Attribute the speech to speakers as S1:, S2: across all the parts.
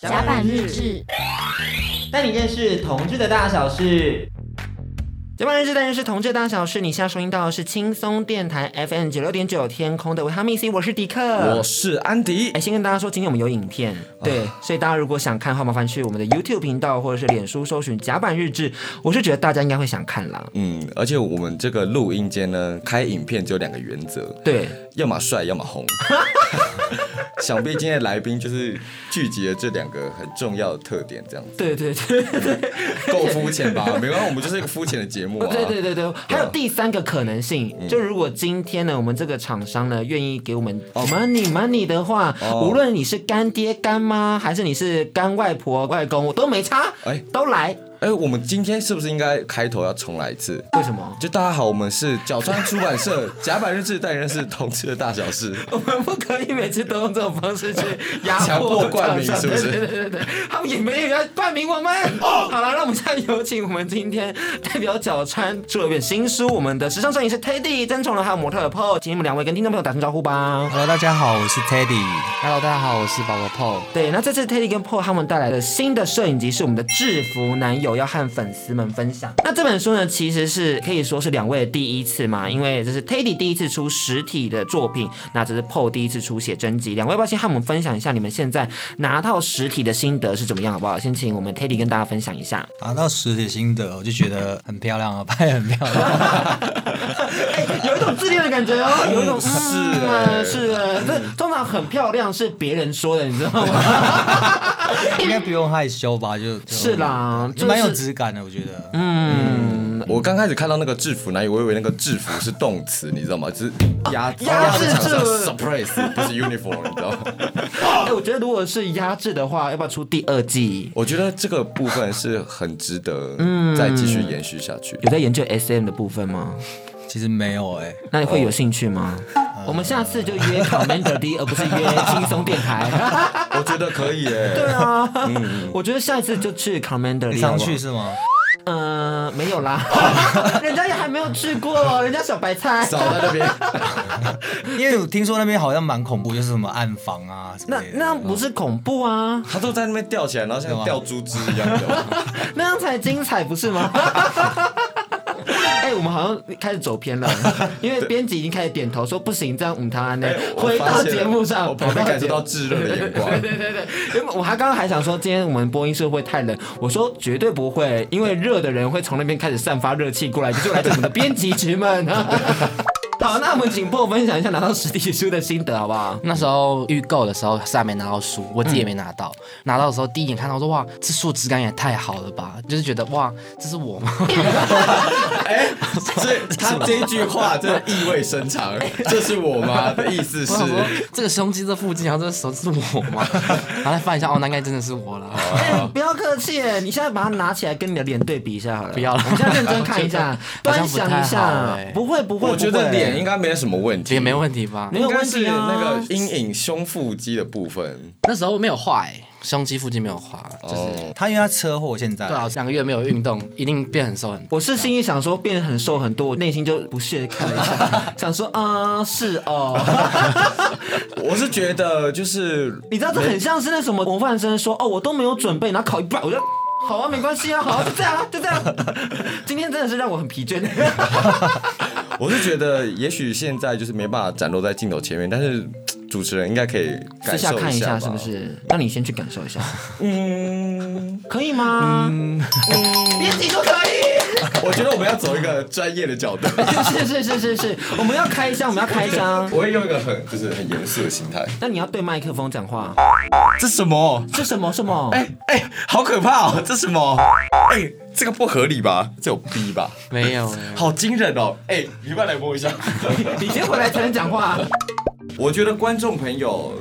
S1: 甲板日志，
S2: 带你认识同志的大小事。甲板日志，带你认识同志的大小事。你现在收听到的是轻松电台 FM 九六点九天空的维他命 C，我是哦迪克，
S3: 我是安迪
S2: 呃哎，。先跟大家说，今天我们有影片，对，所以大家如果想看的话，麻烦去我们的 YouTube 频道或者是脸书搜寻“甲板日志”，我是觉得大家应该会想看啦。
S3: 嗯，而且我们这个录音间呢，开影片只有两个原则，
S2: 对，
S3: 要么帅，要么红。 想必今天的来宾就是聚集了这两个很重要的特点，这 样子
S2: 对对对对
S3: 够肤浅吧？没啊关系，我们就是一个肤浅的节目
S2: 哦
S3: 啊。嗯
S2: 对对对对，还有第三个可能性，就如果今天呢，我们这个厂商呢愿意给我们 money money 的话，
S3: 哦
S2: 无论你是干爹干妈，还是你是干外婆外公，我都没差，
S3: 哎
S2: 都来。
S3: 哎、我们今天是不是应该开头要重来一次？
S2: 为什 么？
S3: 就大家好，我们是角川出版社甲板日志，带你认识同志的大小事。
S2: 我们不可以每次都用这种方式去压
S3: 强
S2: 迫
S3: 迫冠名
S2: 厂商
S3: 是不哦是
S2: 对对对对，他们也没有要冠名我们。好了，让我们现在有请我们今天代表角川出了一本新书，我们的时尚摄影师 Teddy 曾崇仁还有模特儿 Paul，请你们两位跟听众朋友打声招呼吧。
S4: Hello，大家好，我是 Teddy。Hello，大家好，我是宝宝 Paul。
S2: 对，那这次 Teddy 跟 Paul 他们带来的新的摄影集是我们的制服男友，要和粉丝们分享。那这本书呢，其实是可以说是两位的第一次嘛，因为这是 Teddy 第一次出实体的作品，那这是 Paul 第一次出写真集。两位要不要先和我们分享一下你们现在拿到实体的心得是怎么样，好不好？先请我们 Teddy 跟大家分享一下。
S4: 拿到实体心得，我就觉得很漂亮啊， 拍得很漂亮。
S2: 哎， 有一种自恋的感觉 哦，有一种
S3: 是
S2: 嗯是的，这通常很漂亮是别人说的，你知道吗？
S4: 应该不用害羞吧？就是
S2: 啦，
S4: 就
S2: 就
S4: 蛮有
S2: 是
S4: 质感的，我觉得。
S2: 嗯。
S3: 我刚开始看到那个制服男友，我以为那个制服是动词，你知道吗？就是压
S2: 哦压制
S3: 在场上
S2: 住
S3: surprise，不是 uniform，你知道吗？
S2: 哎、我觉得如果是压制的话，要不要出第二季？
S3: 我觉得这个部分是很值得再继续延续下去。
S2: 嗯有在研究 SM 的部分吗？
S4: 其实没有哎、
S2: 那你会有兴趣吗？
S3: 哦
S2: 我们下次就约 Commander D，而不是约轻松电台。
S3: 我觉得可以耶、
S2: 对啊，
S3: 嗯
S2: 我觉得下一次就去 Commander
S4: 你
S2: D
S4: 常
S2: 好不好。
S4: 去是吗？
S2: 呃，没有 啦，人家也还没有去过，人家小白菜。
S3: 少啊在那边，
S4: 因为我听说那边好像蛮恐怖，就是什么暗房啊什
S2: 那
S4: 么的。
S2: 那样不是恐怖啊，
S3: 他都在那边吊起来，然后像吊猪枝一样吊。
S2: 那样才精彩，不是 吗？哎、我们好像开始走偏 了，因为编辑已经开始点头说不行，这样五汤安呢，
S3: 哎我
S2: 回
S3: 发
S2: 到
S3: 现
S2: 节目上，
S3: 我旁边
S2: 回到
S3: 感
S2: 节
S3: 受
S2: 目
S3: 到炙热的眼光。
S2: 对对对，原本我还刚刚还想说，今天我们播音室会不会太冷，我说绝对不会，因为热的人会从那边开始散发热气过来，就是来自我们的编辑局们。 好，那我们请破分享一下拿到实体书的心得，好不 好？
S5: 那时候预购的时候是还没拿到书，我自己也没拿到。拿到的时候第一眼看到我说哇，这树质感也太好了吧，就是觉得哇，这 是我吗？
S3: 哎，所以他这句话真的意味深长， 这是我吗的意思是
S5: 我，想说这个胸肌这附近，啊然后这个手是我吗？ 然后再翻一下，哦，那应该真的是我了。
S2: 哎、不要客气耶，你现在把它拿起来跟你的脸对比一下好了。
S5: 不要了
S2: 我们现在认真看一下，
S5: 好像
S2: 端详一
S5: 好像不太好
S2: 下
S5: 哎，
S2: 不会不会，
S3: 我觉
S2: 不
S3: 得
S2: 会
S3: 脸应该没有什么问题，
S5: 也没问题吧？
S2: 没有
S3: 应该
S2: 问
S3: 是
S2: 题啊。
S3: 那个阴影胸腹肌的部分。
S5: 那时候没有画哎、胸肌附近没有画，就是
S3: 哦，
S4: 他因为他车祸现在。
S5: 对啊，两个月没有运动，一定变很瘦很多。
S2: 我是心里想说变得很瘦很多，我内心就不屑地看了一下，想说啊、是哦。
S3: 我是觉得就是
S2: 你知道这很像是那什么模范生说哦，我都没有准备，然后考一半，我就 好啊，没关系啊，好啊，就这样啊，就这样。今天真的是让我很疲倦。
S3: 我是觉得，也许现在就是没办法展露在镜头前面，但是嘖主持人应该可以
S2: 私
S3: 感
S2: 下
S3: 受
S2: 看一
S3: 下
S2: 下
S3: 吧
S2: 是不？是？那你先去感受一下，
S3: 嗯，
S2: 可以吗？嗯，编辑说可以。
S3: 我觉得我们要走一个专业的角度，
S2: 是是是是是，我们要开箱，我们要开箱。
S3: 我会用一个很就是很严肃的心态。
S2: 那你要对麦克风讲话，
S3: 这什么？
S2: 是什么什么？
S3: 哎哎、好可怕哦！这什么？哎、这个不合理吧？这有逼吧？
S5: 没有哎、
S3: 好惊人哦！哎、你们来摸一下。
S2: 你先回来才能讲话。
S3: 我觉得观众朋友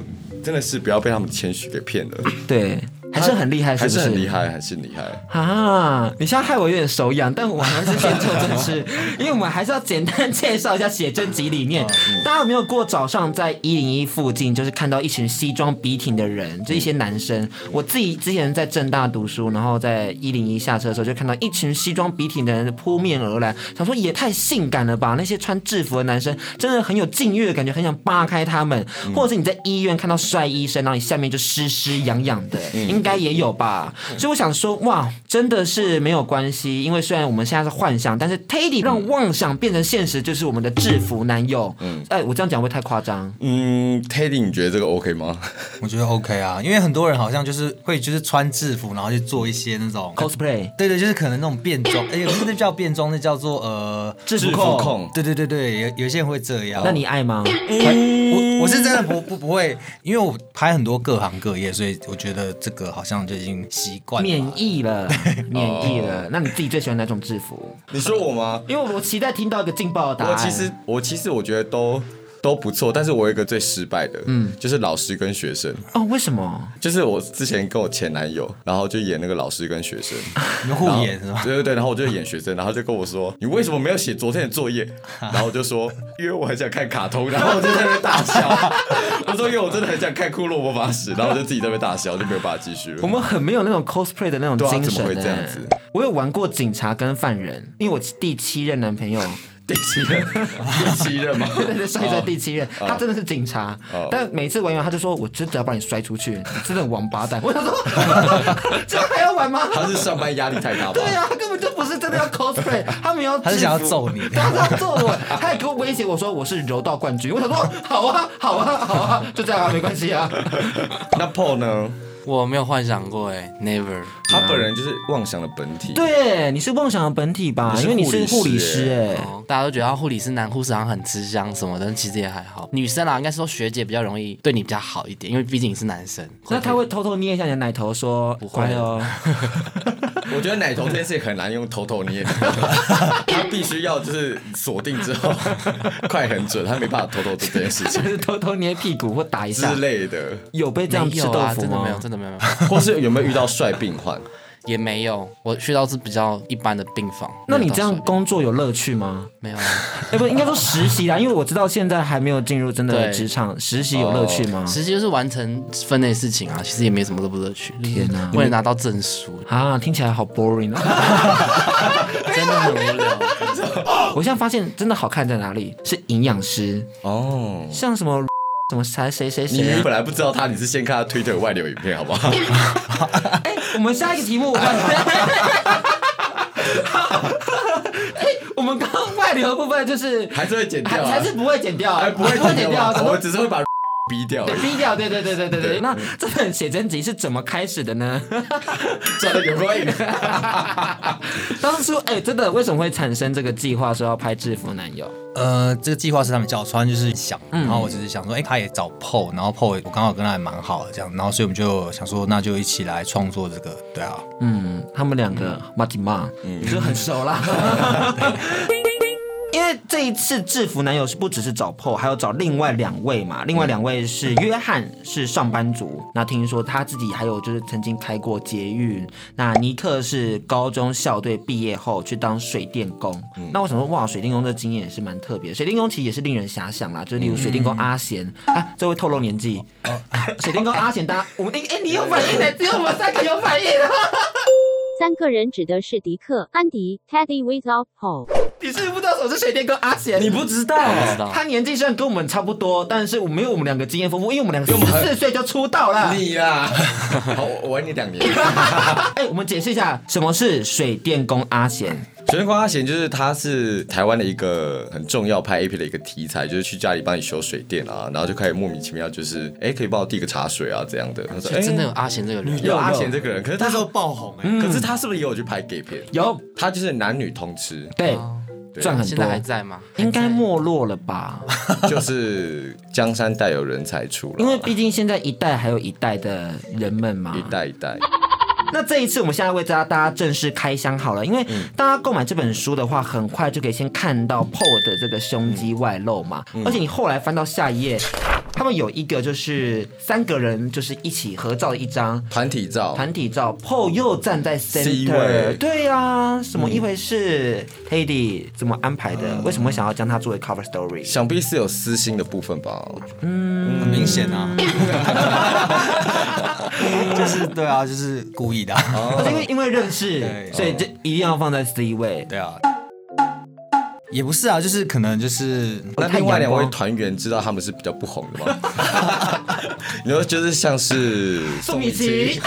S3: 真的是不要被他们谦虚给骗了，
S2: 对，还是很厉害，
S3: 还
S2: 不
S3: 是
S2: 是？
S3: 很厉害，还是很厉害。
S2: 啊！你现在害我有点手痒，但我还是先做正事，因为我们还是要简单介绍一下写真集理念。大家有没有过早上在一零一附近，就是看到一群西装笔挺的人，就一些男生？我自己之前在正大读书，然后在一零一下车的时候，就看到一群西装笔挺的人扑面而来，想说也太性感了吧！那些穿制服的男生真的很有禁欲的感觉，很想
S3: 嗯嗯
S2: 扒开他们，或者是你在医院看到帅医生，然后你下面就湿湿痒痒的，应该也有吧。所以我想说，哇，真的是没有关系，因为虽然我们现在是幻想，但是 Teddy 让妄想变成现实，就是我们的制服男友。嗯，哎，我这样讲会不会太夸张。
S3: 嗯，Teddy，你觉得这个 OK 吗？
S4: 我觉得 OK 啊，因为很多人好像就是会就是穿制服，然后去做一些那种
S3: 哦
S2: cosplay
S4: 对对，就是可能那种变装，哎、不是那叫变装，那叫做呃
S2: 制服
S3: 制服控控
S4: 对对对对，有有些人会这样。
S2: 那你爱吗？
S3: 哦
S4: 我我是真的不不不会，因为我拍很多各行各业，所以我觉得这个好像就已经习惯了吧
S2: 免疫了，免疫
S3: 哦
S2: 了。那你自己最喜欢哪种制服？
S3: 你说我吗？
S2: 因为我期待听到一个劲爆的答
S3: 我
S2: 案。
S3: 其实我其实我觉得都都不错，但是我有一个最失败的，嗯，就是老师跟学生，
S2: 哦，为什么？
S3: 就是我之前跟我前男友，然后就演那个老师跟学 生，
S4: 你们互
S3: 然后
S4: 演是吧？
S3: 对对对，然后我就演学生，然后就跟我说你为什么没有写昨天的作业？ 然后我就说因为我很想看卡通，然后我就在那边大笑， 我说因为我真的很想看骷髅魔法使， 然后我就自己在那边大笑，就没有办法继续了。
S2: 我们很没有那种 cosplay 的那种
S3: 对啊
S2: 精神、欸
S3: 怎么会这样子？
S2: 我有玩过警察跟犯人，因为我第七任男 朋友，
S3: 第七任，第七任嘛，
S2: 对对对，摔在第七任，他真的是警察，
S3: 哦
S2: 但每次玩完他就说：“我真的要把你摔出去，你真的很王八蛋。”我 想说，这还要玩吗？
S3: 他是上班压力太大吧？
S2: 对呀、啊，他根本就不是真的要 cosplay，他们要
S4: 他是想要
S2: 制服
S4: 揍你
S2: 对啊他是要揍我，他还给我威胁我说我是柔道冠军，我想说好啊，好啊，好啊，就这样啊，没关系啊。
S3: 那 Paul 呢？
S5: 我没有幻想过哎，never。
S3: 他
S2: 嗯
S3: 本人就是妄想的本体。
S2: 对，你是妄想的本体吧？
S3: 你是
S2: 因为你是护
S3: 护
S2: 理
S3: 理
S2: 师
S3: 师
S2: 哎、
S5: 哦大家都觉得护理师男护士好像很吃香什么的，但其实也还好。女生啊啦，应该是说学姐比较容易对你比较好一点，因为毕竟你是男生。
S2: 那他会偷偷捏一下你的奶头说
S5: 不会
S2: 乖哦，
S3: 我觉得奶头这件事情很难用头头捏， 他必须要就是锁定之后 快很准，他没办法偷偷做这件事情
S2: 就是偷偷捏屁股或打一
S3: 之
S2: 下。
S3: 类的。
S2: 有被这样
S5: 没
S2: 吃
S5: 有
S2: 豆
S5: 啊，
S2: 腐
S5: 真的没有，
S2: 吗？
S5: 真的没有，
S3: 或是有没有遇到帅病患？
S5: 也没有。我去到是比较一般的病房。
S2: 那
S5: 没
S2: 你
S5: 有到
S2: 这样
S5: 手
S2: 工作有乐趣吗？
S5: 没有啊？
S2: 哎，不，应该说实习啦，因为我知道现在还没有进入真的
S5: 对
S2: 职场，实习有乐趣吗？
S5: 实际就是完成分内事情啊，其实也没什么乐不乐趣。
S2: 天哪
S5: 为了拿到证书，
S2: 啊，听起来好 boring 啊！
S5: 真的很无聊。
S2: 我现在发现真的好看在哪里是营养师，
S3: 哦，
S2: 像什么什么谁谁谁啊
S3: 你
S2: 谁。
S3: 本来不知道他，你是先看他推特外流影片，好不 好？
S2: 哎我们下一个题 目，我们哎我们刚刚外流的部分就是
S3: 还是会剪掉、
S2: 还
S3: 啊，
S2: 还是不会剪掉啊，
S3: 哎不会
S2: 不会剪掉
S3: 掉
S2: 啊，
S3: 啊，
S2: 怎么
S3: 我们只是会把 逼掉而
S2: 对
S3: 已。
S2: 低调，对对对对对对对。
S3: 对嗯
S2: 那这本写真集是怎么开始的呢？
S3: 转的有关瘾。
S2: 当初哎、真的为什么会产生这个计划，说要拍制服男友？
S4: 呃，这个计划是他们叫我穿，就是想，
S3: 嗯
S4: 然后我只是想说，哎、他也找 PO，然后 PO 我刚好跟他还蛮好的这样，然后所以我们就想说，那就一起来创作这个，对啊，
S2: 嗯，他们两个马吉马，嗯，就很熟啦。 因为这一次制服男友是不只是找 PO，还有找另外两位嘛，另外两位是约翰，是上班族。那听说他自己还有就是曾经开过捷运。那尼克是高中校队毕业后去当水电工。那我想说，哇，水电工的经验也是蛮特别。水电工其实也是令人遐想啦，就是例如水电工阿贤、啊，这会透露年纪。 水电工阿贤，大家我们哎、你有反 应的，只有我们三个有反应啊。
S1: 三个人指的是迪克、安迪、Teddy without Paul。
S2: 你是不是不知道什么是水电工阿贤？
S3: 你不知道
S5: 我不知道
S2: 他年纪虽然跟我们差不多，但是我没有我们两个经验丰富，因为我们两个十四岁就出道了。
S3: 你 啦，好，我玩你两年。
S2: 哎、我们解释一下什么是水电工阿贤。
S3: 水电工阿贤就是他是台湾的一个很重要拍 A 片的一个题材，就是去家里帮你修水电啊，然后就开始莫名其妙就是，哎、可以帮我递个茶水啊这样的。他说，哎、
S5: 就真的有阿贤这个人，
S3: 有阿贤这个人，可是他说，
S4: 爆红哎、
S3: 可是他是不是也有去拍 gay 片？
S2: 有
S3: 他就是男女通吃，
S2: 对
S3: 对
S2: 赚很
S5: 啊现
S2: 多
S5: 在，还在吗？
S2: 应该没落了吧？
S3: 就是江山代有人才出了，
S2: 因为毕竟现在一代还有一代的人们嘛。
S3: 一代一代，
S2: 那这一次，我们现在为大家大家正式开箱好了，因为大家购买这本书的话，很快就可以先看到 PO 的这个胸肌外露嘛，而且你后来翻到下一页，他们有一个就是三个人就是一起合照的一张。
S3: 团体照，
S2: 团体照，PO 又站在
S3: 哦 C
S2: center，
S3: 位
S2: 对啊，什么一回事、h e d y 怎么安排的？为什么会想要将它作为 cover story？
S3: 想必是有私心的部分吧。嗯
S4: 很明显 啊，就是对啊，就是故意的啊、
S3: 哦
S2: 而且因为因为认识，
S4: 对
S2: 所以这一定要放在 C 位。
S4: 对啊，也不是啊，就是可能就是
S3: 那
S2: 太
S3: 另外
S2: 阳
S3: 两位
S2: 光
S3: 团员知道他们是比较不红的吗？ 你说就是像 是
S2: 宋雨琦，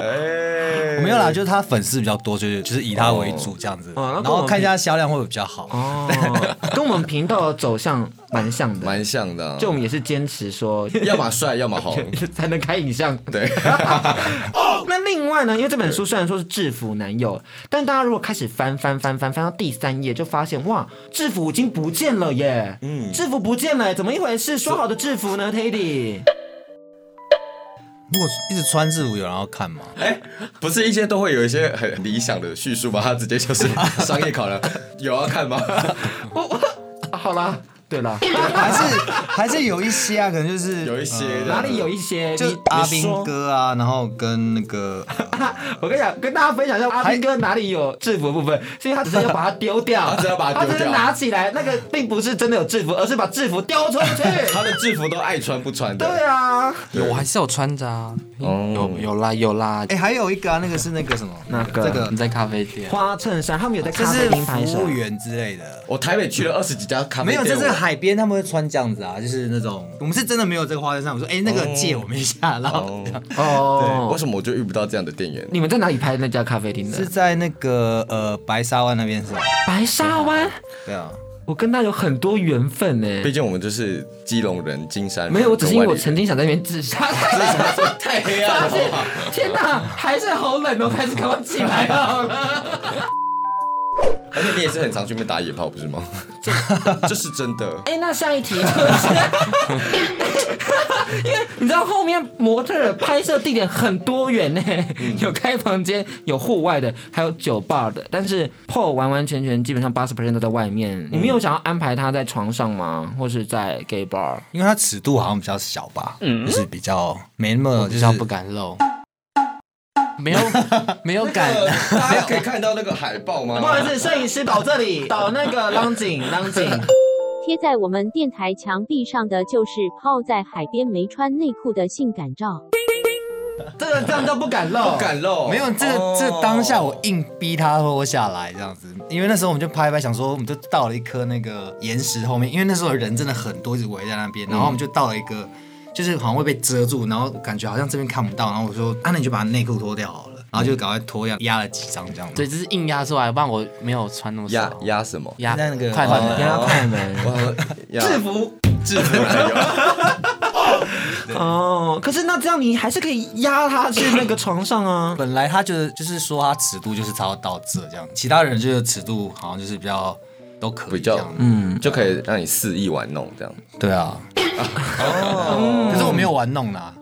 S3: 哎，
S4: 没有啦，就是他粉丝比较多，就是就是以他为主这样子，
S2: 哦那
S4: 然
S2: 跟我
S4: 后
S2: 们
S4: 看一下销量会不会比较好。
S2: 哦， 跟我们频道的走向蛮像的，
S3: 蛮像的啊，
S2: 就我们也是坚持说
S3: 要么帅，要么好。
S2: 才能开影像。 哦
S3: 对，
S2: 那另外呢，因为这本书虽然说是制服男友，但大家如果开始翻翻翻翻翻到第三页，就发现哇，制服已经不见了耶！嗯，制服不见了，怎么一回事？说好的制服呢，Teddy？
S4: 如果一直穿制服有人要看 吗？
S3: 哎，不是一些都会有一些很理想的叙述吗？他直接就是商业考量，有要看吗？
S2: 我我、啊好啦，对啦，
S4: 还是还是有一些啊，可能就是
S3: 有一些这样子
S2: 呃哪里有一些？
S4: 就
S2: 你
S4: 阿
S2: 你
S4: 兵
S2: 说
S4: 哥啊，然后跟那个
S2: 我跟你讲，跟大家分享一下阿斌哥哪里有制服的部分，是因为他只是要把它丢掉，
S3: 他只要把它
S2: 他
S3: 丢
S2: 只
S3: 掉
S2: 是拿起来，那个并不是真的有制服，而是把制服丢出去。
S3: 他的制服都爱穿不穿的。
S2: 对啊，
S5: 有我还是有穿着啊，
S3: 哦
S5: 有有啦有啦，
S4: 哎，还有一个啊，那个是那个什么，
S2: 那个
S4: 这个
S5: 你在咖啡店。
S2: 花衬衫，他们有在
S4: 这
S2: 咖啡
S4: 是
S2: 厅拍摄
S4: 服务。员之类的。
S3: 我台北去了二十几家咖啡
S4: 啊没有，
S3: 店，
S4: 在这
S3: 我
S4: 个海边他们会穿这样子啊，就是那种我们是真的没有这个花衬衫。我说，哎，那个借我们一下，然后
S3: 哦
S2: 哦
S3: 为，什么我就遇不到这样的店员？
S2: 你们在哪里拍那家咖啡厅
S4: 是
S2: 的？
S4: 在那个呃白沙湾那边是吧？
S2: 白沙湾，
S4: 对啊，
S2: 我跟他有很多缘分呢。
S3: 毕竟我们就是基隆人、金山人
S2: 没有，我只是因为我曾
S3: 跟
S2: 经想在那边自杀。
S3: 外地人太黑暗了吧。
S2: 天哪，还是好冷哦，还是赶快起来好了。
S3: 而且你也是很常去那边打野炮，不是吗？ 这是真的。
S2: 哎，那下一题 就是，因为你知道后面模特儿拍摄地点很多元呢、
S3: 嗯
S2: 有开房间，有户外的，还有酒吧的。但是 PO 完完全全基本上八十 percent 都在外面。你们有想要安排他在床上吗？或是在 gay bar？
S4: 因为它尺度好像比较小吧，就是比较没那么就
S5: 比
S4: 是
S5: 较不敢露，没有没有 敢，
S3: 大家可以看到那个海报吗？
S2: 不好意思，摄影师导这里，导那个浪景浪景。
S1: 贴在我们电台墙壁上的就是泡在海边没穿内裤的性感照。
S2: 这个这样都不敢露，
S3: 不敢露，
S4: 没有这个、
S3: 哦
S4: 这个当下我硬逼他脱下来这样子，因为那时候我们就拍一拍，想说我们就到了一颗那个岩石后面，因为那时候人真的很多，一直围在那边，然后我们就到了一个，就是好像会被遮住，然后感觉好像这边看不到，然后我说啊，那你就把内裤脱掉好了，然后就赶快脱掉，压了几张这样子。
S5: 对，就是硬压出来，不然我没有穿那么
S3: 压
S5: 少。
S3: 压什么？
S5: 压
S4: 那个
S5: 快
S4: 哦
S5: 门，
S2: 压快门。
S3: 我
S2: 制
S3: 制
S2: 服
S3: 制服男友，
S2: 哦，可是那这样你还是可以压他去那个床上啊。
S4: 本来他就是就是说他尺度就是差不多到这这样，其他人就是尺度好像就是比较都可以
S3: 比
S4: 这
S3: 较
S4: 样。
S3: 嗯，就可以让你肆意玩弄这样。
S4: 对啊。可是我没有玩弄啦，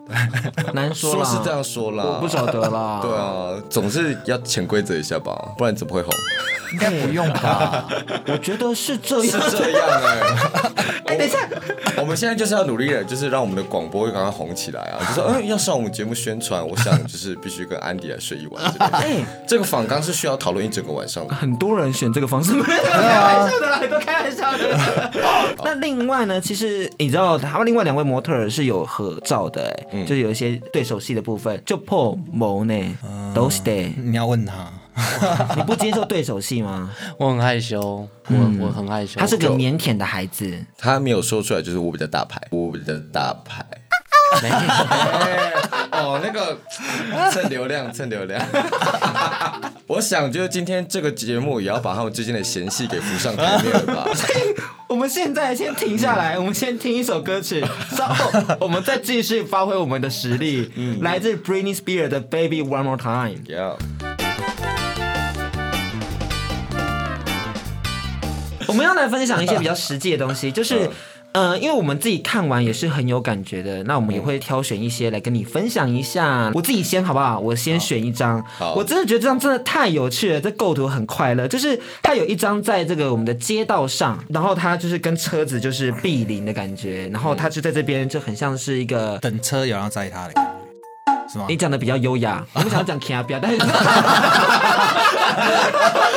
S2: 难说
S3: 说
S2: 啦
S3: 是这样说啦，
S2: 我不晓得啦。
S3: 对啊，总是要潜规则一下吧，不然怎 么会红？
S4: 应该不用吧？
S2: 我觉得是这样。
S3: 这样哎、
S2: 哎，等一下，
S3: 我们现在就是要努力的，就是让我们的广播赶快红起来 啊！就说，嗯、要上我们节目宣传，我想就是必须跟安迪来睡一晚之类的。
S2: 哎，
S3: 这个访纲是需要讨论一整个晚上的。
S2: 很多人选这个方式，没有 开玩笑的啦，很多开玩笑的。 那另外呢，其实你知道，他们另外两位模特儿是有合照的，哎，就是有一些对手戏的部分，就破某呢，都是的。
S4: 你要问他，
S2: 你不接受对手戏吗？
S5: 我很害羞，我、我很害羞。
S2: 他是个腼腆的孩子。
S3: 他没有说出来，就是我比较大牌，我比较大牌。
S5: 没有
S3: 哎 哦，那个蹭流量，蹭 流量。我想，就是今天这个节目也要把他们之间的嫌隙给浮上台面了 吧？
S2: 我们现在先停下来，我们先听一首歌曲，稍 后我们再继续发挥我们的实力。来自 Britney Spears 的《Baby One More Time》。
S3: Yeah
S2: 我们要来分享一些比较实际的东西，就是。呃，因为我们自己看完也是很有感觉的，那我们也会挑选一些来跟你分享一下。我自己先好不好？我先选一张
S3: 好，
S2: 我真的觉得这张真的太有趣了，这构图很快乐。就是它有一张在这个我们的街道上，然后它就是跟车子就是避邻的感觉，然后它就在这边就很像是一个。
S4: 等车有人要载他的感觉，是吗
S2: 你？讲的比较优雅，我们想要讲 K 标，但是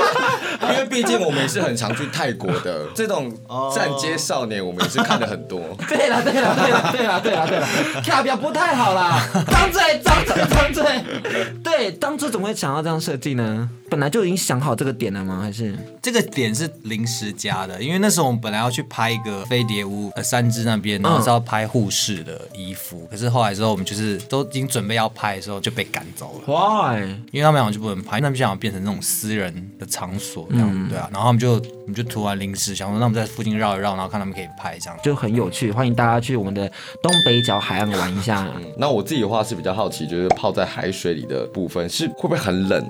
S3: 因为毕竟我们也是很常去泰国的，这种站街少年我们也是看的很多。
S2: 对了对了对了对了对了对了，K 标不太好啦，张嘴张嘴张嘴，对，对，当初怎么会想到这样设计呢？本来就已经想好这个点了吗？还是
S4: 这个点是临时加的，因为那时候我们本来要去拍一个飞碟屋，呃，三只那边，然后是要拍护士的衣服，可是后来之后我们就是都已经准备要拍的时候就被赶走了。
S2: why？
S4: 因为他们好像就不能拍，那们想变成那种私人的场所这样，对啊。然后他们就我们就突然临时想说，那我们在附近绕一绕，然后看他们可以拍这样。
S2: 就很有趣，欢迎大家去我们的东北角海岸玩一 下。
S3: 嗯那我自己的话是比较好奇，就是泡在海水里的部分是会不会很冷？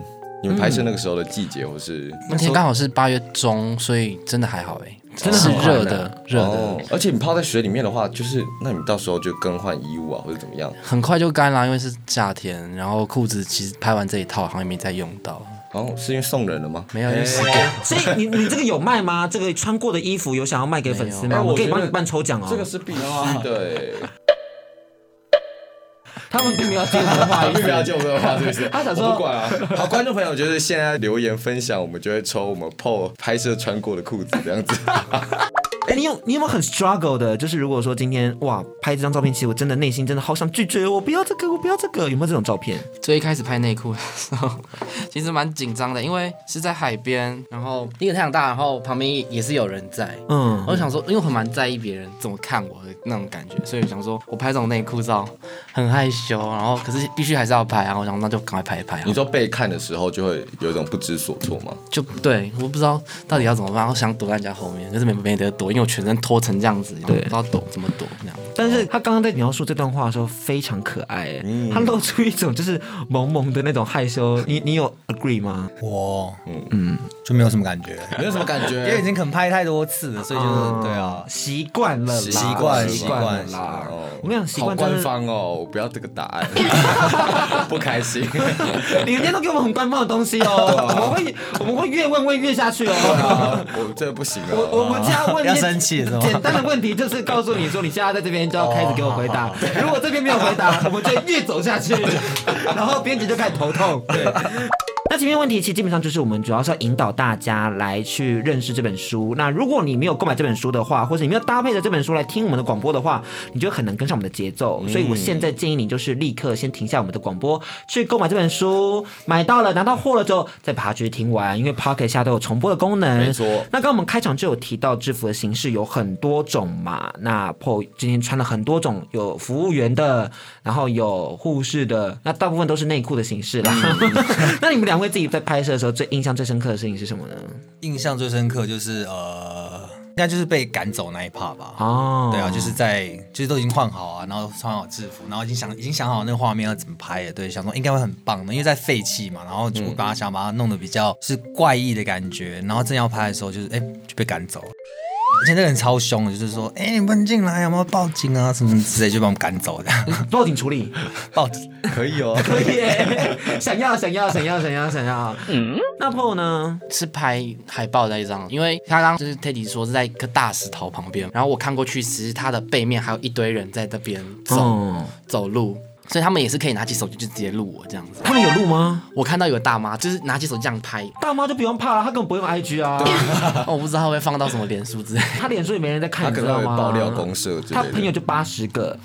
S3: 你们拍摄那个时候的季节，或是
S5: 那天刚好是八月中，所以真的还好哎、
S2: 真的
S5: 是
S2: 很
S5: 热的，热的，，
S3: 哦而且你泡在水里面的话，就是那你到时候就更换衣物啊，或者怎么样？
S5: 很快就干了，因为是夏天。然后裤子其实拍完这一套好像也没再用到，
S3: 哦，是因为送人了吗？哎
S5: 没有，因为是
S2: 所以你你这个有卖吗？这个穿过的衣服有想要卖给粉丝
S5: 没
S2: 吗？
S3: 有
S2: 我可以
S3: 哎我觉得
S2: 帮你办抽奖哦。
S3: 这个是必啊须的，
S2: 他们并没有听我的话，
S3: 并不要接我们的话，是不是？
S2: 他想说
S3: 我不管啊。好，观众朋友，就是现在留言分享，我们就会抽我们 PO 拍摄穿过的裤子这样子。
S2: 哎、你有你有没有很 struggle 的？就是如果说今天哇拍这张照片，其实我真的内心真的好想拒绝，我不要这个，我不要这个，有没有这种照片？
S5: 最一开始拍内裤的时候，其实蛮紧张的，因为是在海边，然后一个太阳大，然后旁边也是有人在。
S2: 嗯
S5: 我，就想说，因为我很蛮在意别人怎么看我的那种感觉，所以我想说我拍这种内裤照很害羞，然后可是必须还是要拍啊。我想那就赶快拍一拍啊
S3: 你，说被看的时候就会有一种不知所措吗？
S5: 就对，我不知道到底要怎么办，我想躲在人家后面，可是没没得躲，因为我全身拖成这样子，对，不知道躲怎么躲那样。
S2: 但是他刚刚在描述这段话的时候非常可爱、哎他露出一种就是萌萌的那种害羞。你你有 agree 吗？
S4: 我嗯就没有什么感觉，
S3: 没有什么感
S4: 因为已
S3: 觉。
S4: 经可能拍太多次了，所以就是对啊，
S2: 习惯了啦，
S4: 习惯
S2: 习惯了
S4: 习
S2: 啦
S4: 惯
S3: 哦。
S2: 我跟你讲，习
S3: 好
S2: 惯真
S3: 官
S2: 的，
S3: 方哦，我不要这个答案，不 开心。
S2: 你们今天都给我们很官方的东西哦，我们会我们会越问会越下去哦。
S3: 我这不行
S2: 我我
S3: 哦。
S2: 们家问你
S4: 要生气是吗
S2: 简单的问题就是告诉你说，你现在在这边就要开始给我回 答。如果这边没有回答， 我们就越走下去， 然后编辑就开始头痛。对。那前面问题其实基本上就是我们主要是要引导大家来去认识这本书。那如果你没有购买这本书的话，或者你没有搭配着这本书来听我们的广播的话，你就很难跟上我们的节奏。所以我现在建议你就是立刻先停下我们的广播，去购买这本书。买到了拿到货了之后，再把它继续听完，因为 Pocket 下都有重播的功能。
S3: 没错
S2: 那刚刚我们开场就有提到制服的形式有很多种嘛，那 PO 今天穿了很多种，有服务员的，然后有护士的，那大部分都是内裤的形式啦。
S3: 嗯
S2: 那你们两位自己在拍摄的时候，最印象最深刻的事情是什么呢？
S4: 印象最深刻就是呃，应该就是被赶走那一趴吧。
S2: 哦，
S4: 对 啊，就是在就是都已经换好啊，然后穿好制服，然后已经想已经想好那个画面要怎么拍了，对，想说应该会很棒的，因为在废弃嘛，然后就把它想把它弄得比较是怪异的感觉，然后正要拍的时候就是哎、就被赶走了。而且那个人超凶的，就是说，哎、你们进来有没有报警啊？什么之类，就把我们赶走的。
S2: 报警处理，
S4: 报警，
S3: 可以哦，
S2: 可以耶，想要想要想要想要想要。嗯，那 PO 呢？
S5: 是拍海报的一张，因为他刚刚就是 Teddy 说是在一个大石头旁边，然后我看过去，其实它的背面还有一堆人在那边走、
S3: 嗯
S2: 哦
S5: 走路，所以他们也是可以拿起手机就直接录我这样子。
S2: 他们有录吗？
S5: 我看到有个大妈就是拿起手机这样拍，
S2: 大妈就不用怕了，她根本不用 IG 啊，
S5: 哦我不知道她会放到什么脸书之类。
S2: 她脸书也没人在看，
S3: 他
S2: 哎你
S3: 可
S2: 知
S3: 能
S2: 道
S3: 会
S2: 吗？
S3: 爆料公社之类
S2: 他
S3: 的。
S2: 朋友就八十 个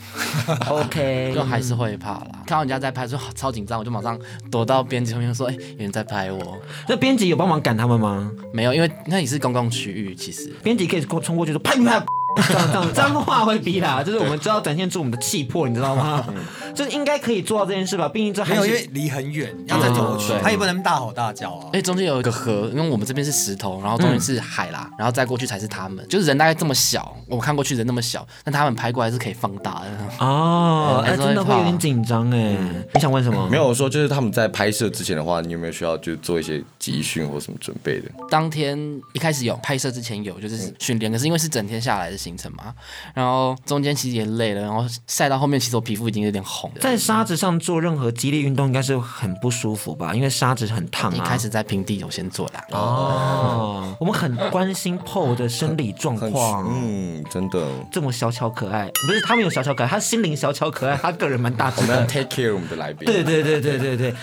S2: ，OK，
S5: 就还是会怕啦，看到人家在拍，就好超紧张，我就马上躲到编辑后面说：“哎、有人在拍我。
S2: 那编辑有帮忙赶他们吗？”
S5: 没有，因为那里是公共区域，其实
S2: 编辑可以过冲过去说拍你们啊。 这样这样脏话会逼啦，就是我们知道展现出我们的气魄，你知道吗？ 就是应该可以做到这件事吧，毕竟这
S4: 没
S2: 还
S4: 有，因为嗯
S2: 是
S4: 离很远，要再走过去，他也不能大吼大叫啊
S5: 哎、。中间有一个河，因为我们这边是石头，然后中间是海啦，然后再过去才是他们，就是人大概这么小，我看过去人那么小，但他们拍过来是可以放大的。
S2: 哦，哎、
S5: 还是会
S2: 真的会有点紧张哎。你想问什么？
S3: 没有我说，就是他们在拍摄之前的话，你有没有需要就是做一些集训或什么准备的？
S5: 当天一开始有拍摄之前有就是训练，可是因为是整天下来的行程嘛，然后中间其实也累了，然后晒到后面其实我皮肤已经有点红了。
S2: 在沙子上做任何激烈运动应该是很不舒服吧，因为沙子很烫啊。
S5: 一开始在平地有先做啦，
S2: 哦，我们很关心 PO 的生理状
S3: 很
S2: 况。
S3: 嗯，真的。
S2: 这么小巧可爱，不是他们有小巧可爱，他心灵小巧可爱，他个人蛮大只
S3: 我们要
S2: 的。
S3: take care 我们的来宾。
S2: 对对对对对对。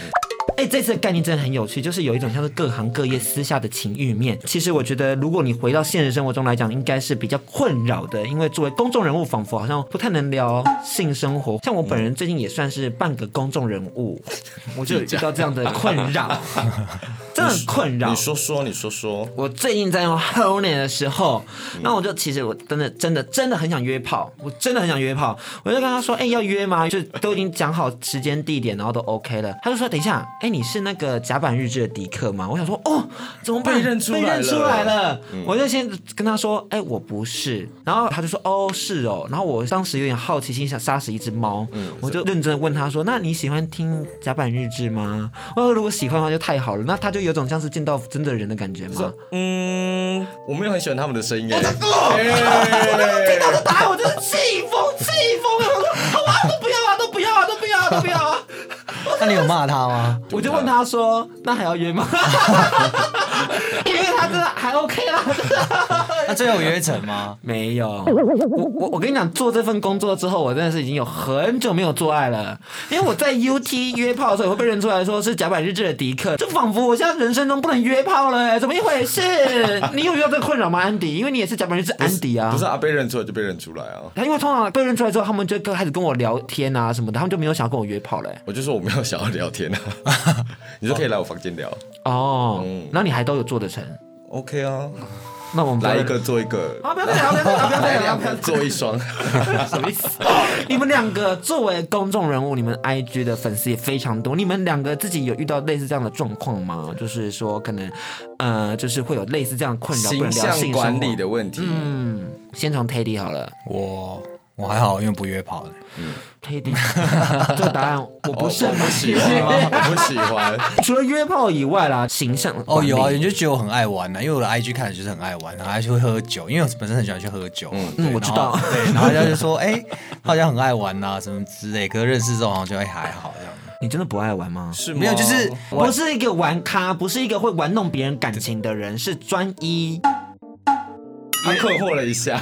S2: 哎、这次的概念真的很有趣，就是有一种像是各行各业私下的情欲面。其实我觉得，如果你回到现实生活中来讲，应该是比较困扰的，因为作为公众人物，仿佛好像不太能聊性生活。像我本人最近也算是半个公众人物，我就有遇到这样的困扰，真的很困扰
S3: 嗯你。说说，你说说，
S2: 我最近在用 h o n e 的时候，那我就其实我真的真的真的很想约炮，我真的很想约炮，我就跟他说，哎、要约吗？就都已经讲好时间地点，然后都 OK 了。他就说，等一下，哎、你是那个甲板日志的迪克吗？我想说，哦，怎么办？
S3: 被认出来了嗯
S2: 被认出来了。我就先跟他说，哎、我不是。然后他就说，哦，是哦。然后我当时有点好奇心，想杀死一只猫，
S3: 嗯
S2: 我就认真的问他说，那你喜欢听甲板日志吗？我说如果喜欢的话就太好了。那他就有种像是见到真的人的感觉吗？
S3: 嗯，我没有很喜欢他们的声音啊
S2: 哎
S3: 哎耶。
S2: 听到这答案，我真是气疯，气疯了！我说好啊，都不要啊，都不要啊，都不要啊，都不要啊！
S4: 那你有骂他吗？
S2: 我就问他说：“那还要约吗？” 因为他真的还 OK 啦。真的
S4: 那最后约成吗？
S2: 没有，我我我跟你讲，做这份工作之后，我真的是已经有很久没有做爱了，因为我在 UT 约炮的时候，我会被认出来说是甲板日志的迪克，就仿佛我现在人生中不能约炮了、哎怎么一回事？你有遇到这个困扰吗，安迪？因为你也是甲板日志安迪啊，
S3: 不是啊，被认出来就被认出来啊。
S2: 他因为通常被认出来之后，他们就跟开始跟我聊天啊什么的，他们就没有想要跟我约炮嘞、
S3: 我就说我没有想要聊 天啊，你就可以来我房间聊。
S2: 哦，然后你还都有做得成，
S3: OK 啊，
S2: 那我们不要
S3: 来一个做一个，
S2: 啊！不要再聊，不要再聊，不要再
S3: 来
S2: 聊，
S3: 两
S2: 不要
S3: 个
S2: 再
S3: 做 一 双。
S2: 聊，什么意思？你们两个作为公众人物，你们 IG 的粉丝也非常多，你们两个自己有遇到类似这样的状况吗？就是说，可能呃，就是会有类似这样的困扰，不
S3: 形
S2: 能聊
S3: 象
S2: 性生活
S3: 管理的。问题，
S2: 嗯，先从 Teddy 好了
S4: 我我还好，因为不约炮的。
S2: ，Teddy 这个答案我不是
S3: 哦 我
S2: 很
S3: 不喜欢，啊我不喜欢。
S2: 除了约炮以外啦，形象
S4: 哦，有啊，
S2: 管理
S4: 你就觉得我很爱玩啊呐、因为我的 IG 看的就是很爱玩，然后还去会喝酒，因为我本身很喜欢去喝酒。嗯
S2: 嗯我知道
S4: 对，然后他就说， 哎、他好像很爱玩呐、什么之类。可是认识之后，好像就会还好这样。
S2: 你真的不爱玩吗？
S3: 是
S4: 没有，就是
S2: 不是一个玩咖，不是一个会玩弄别人感情的人，是专一。
S3: 他困惑了一下，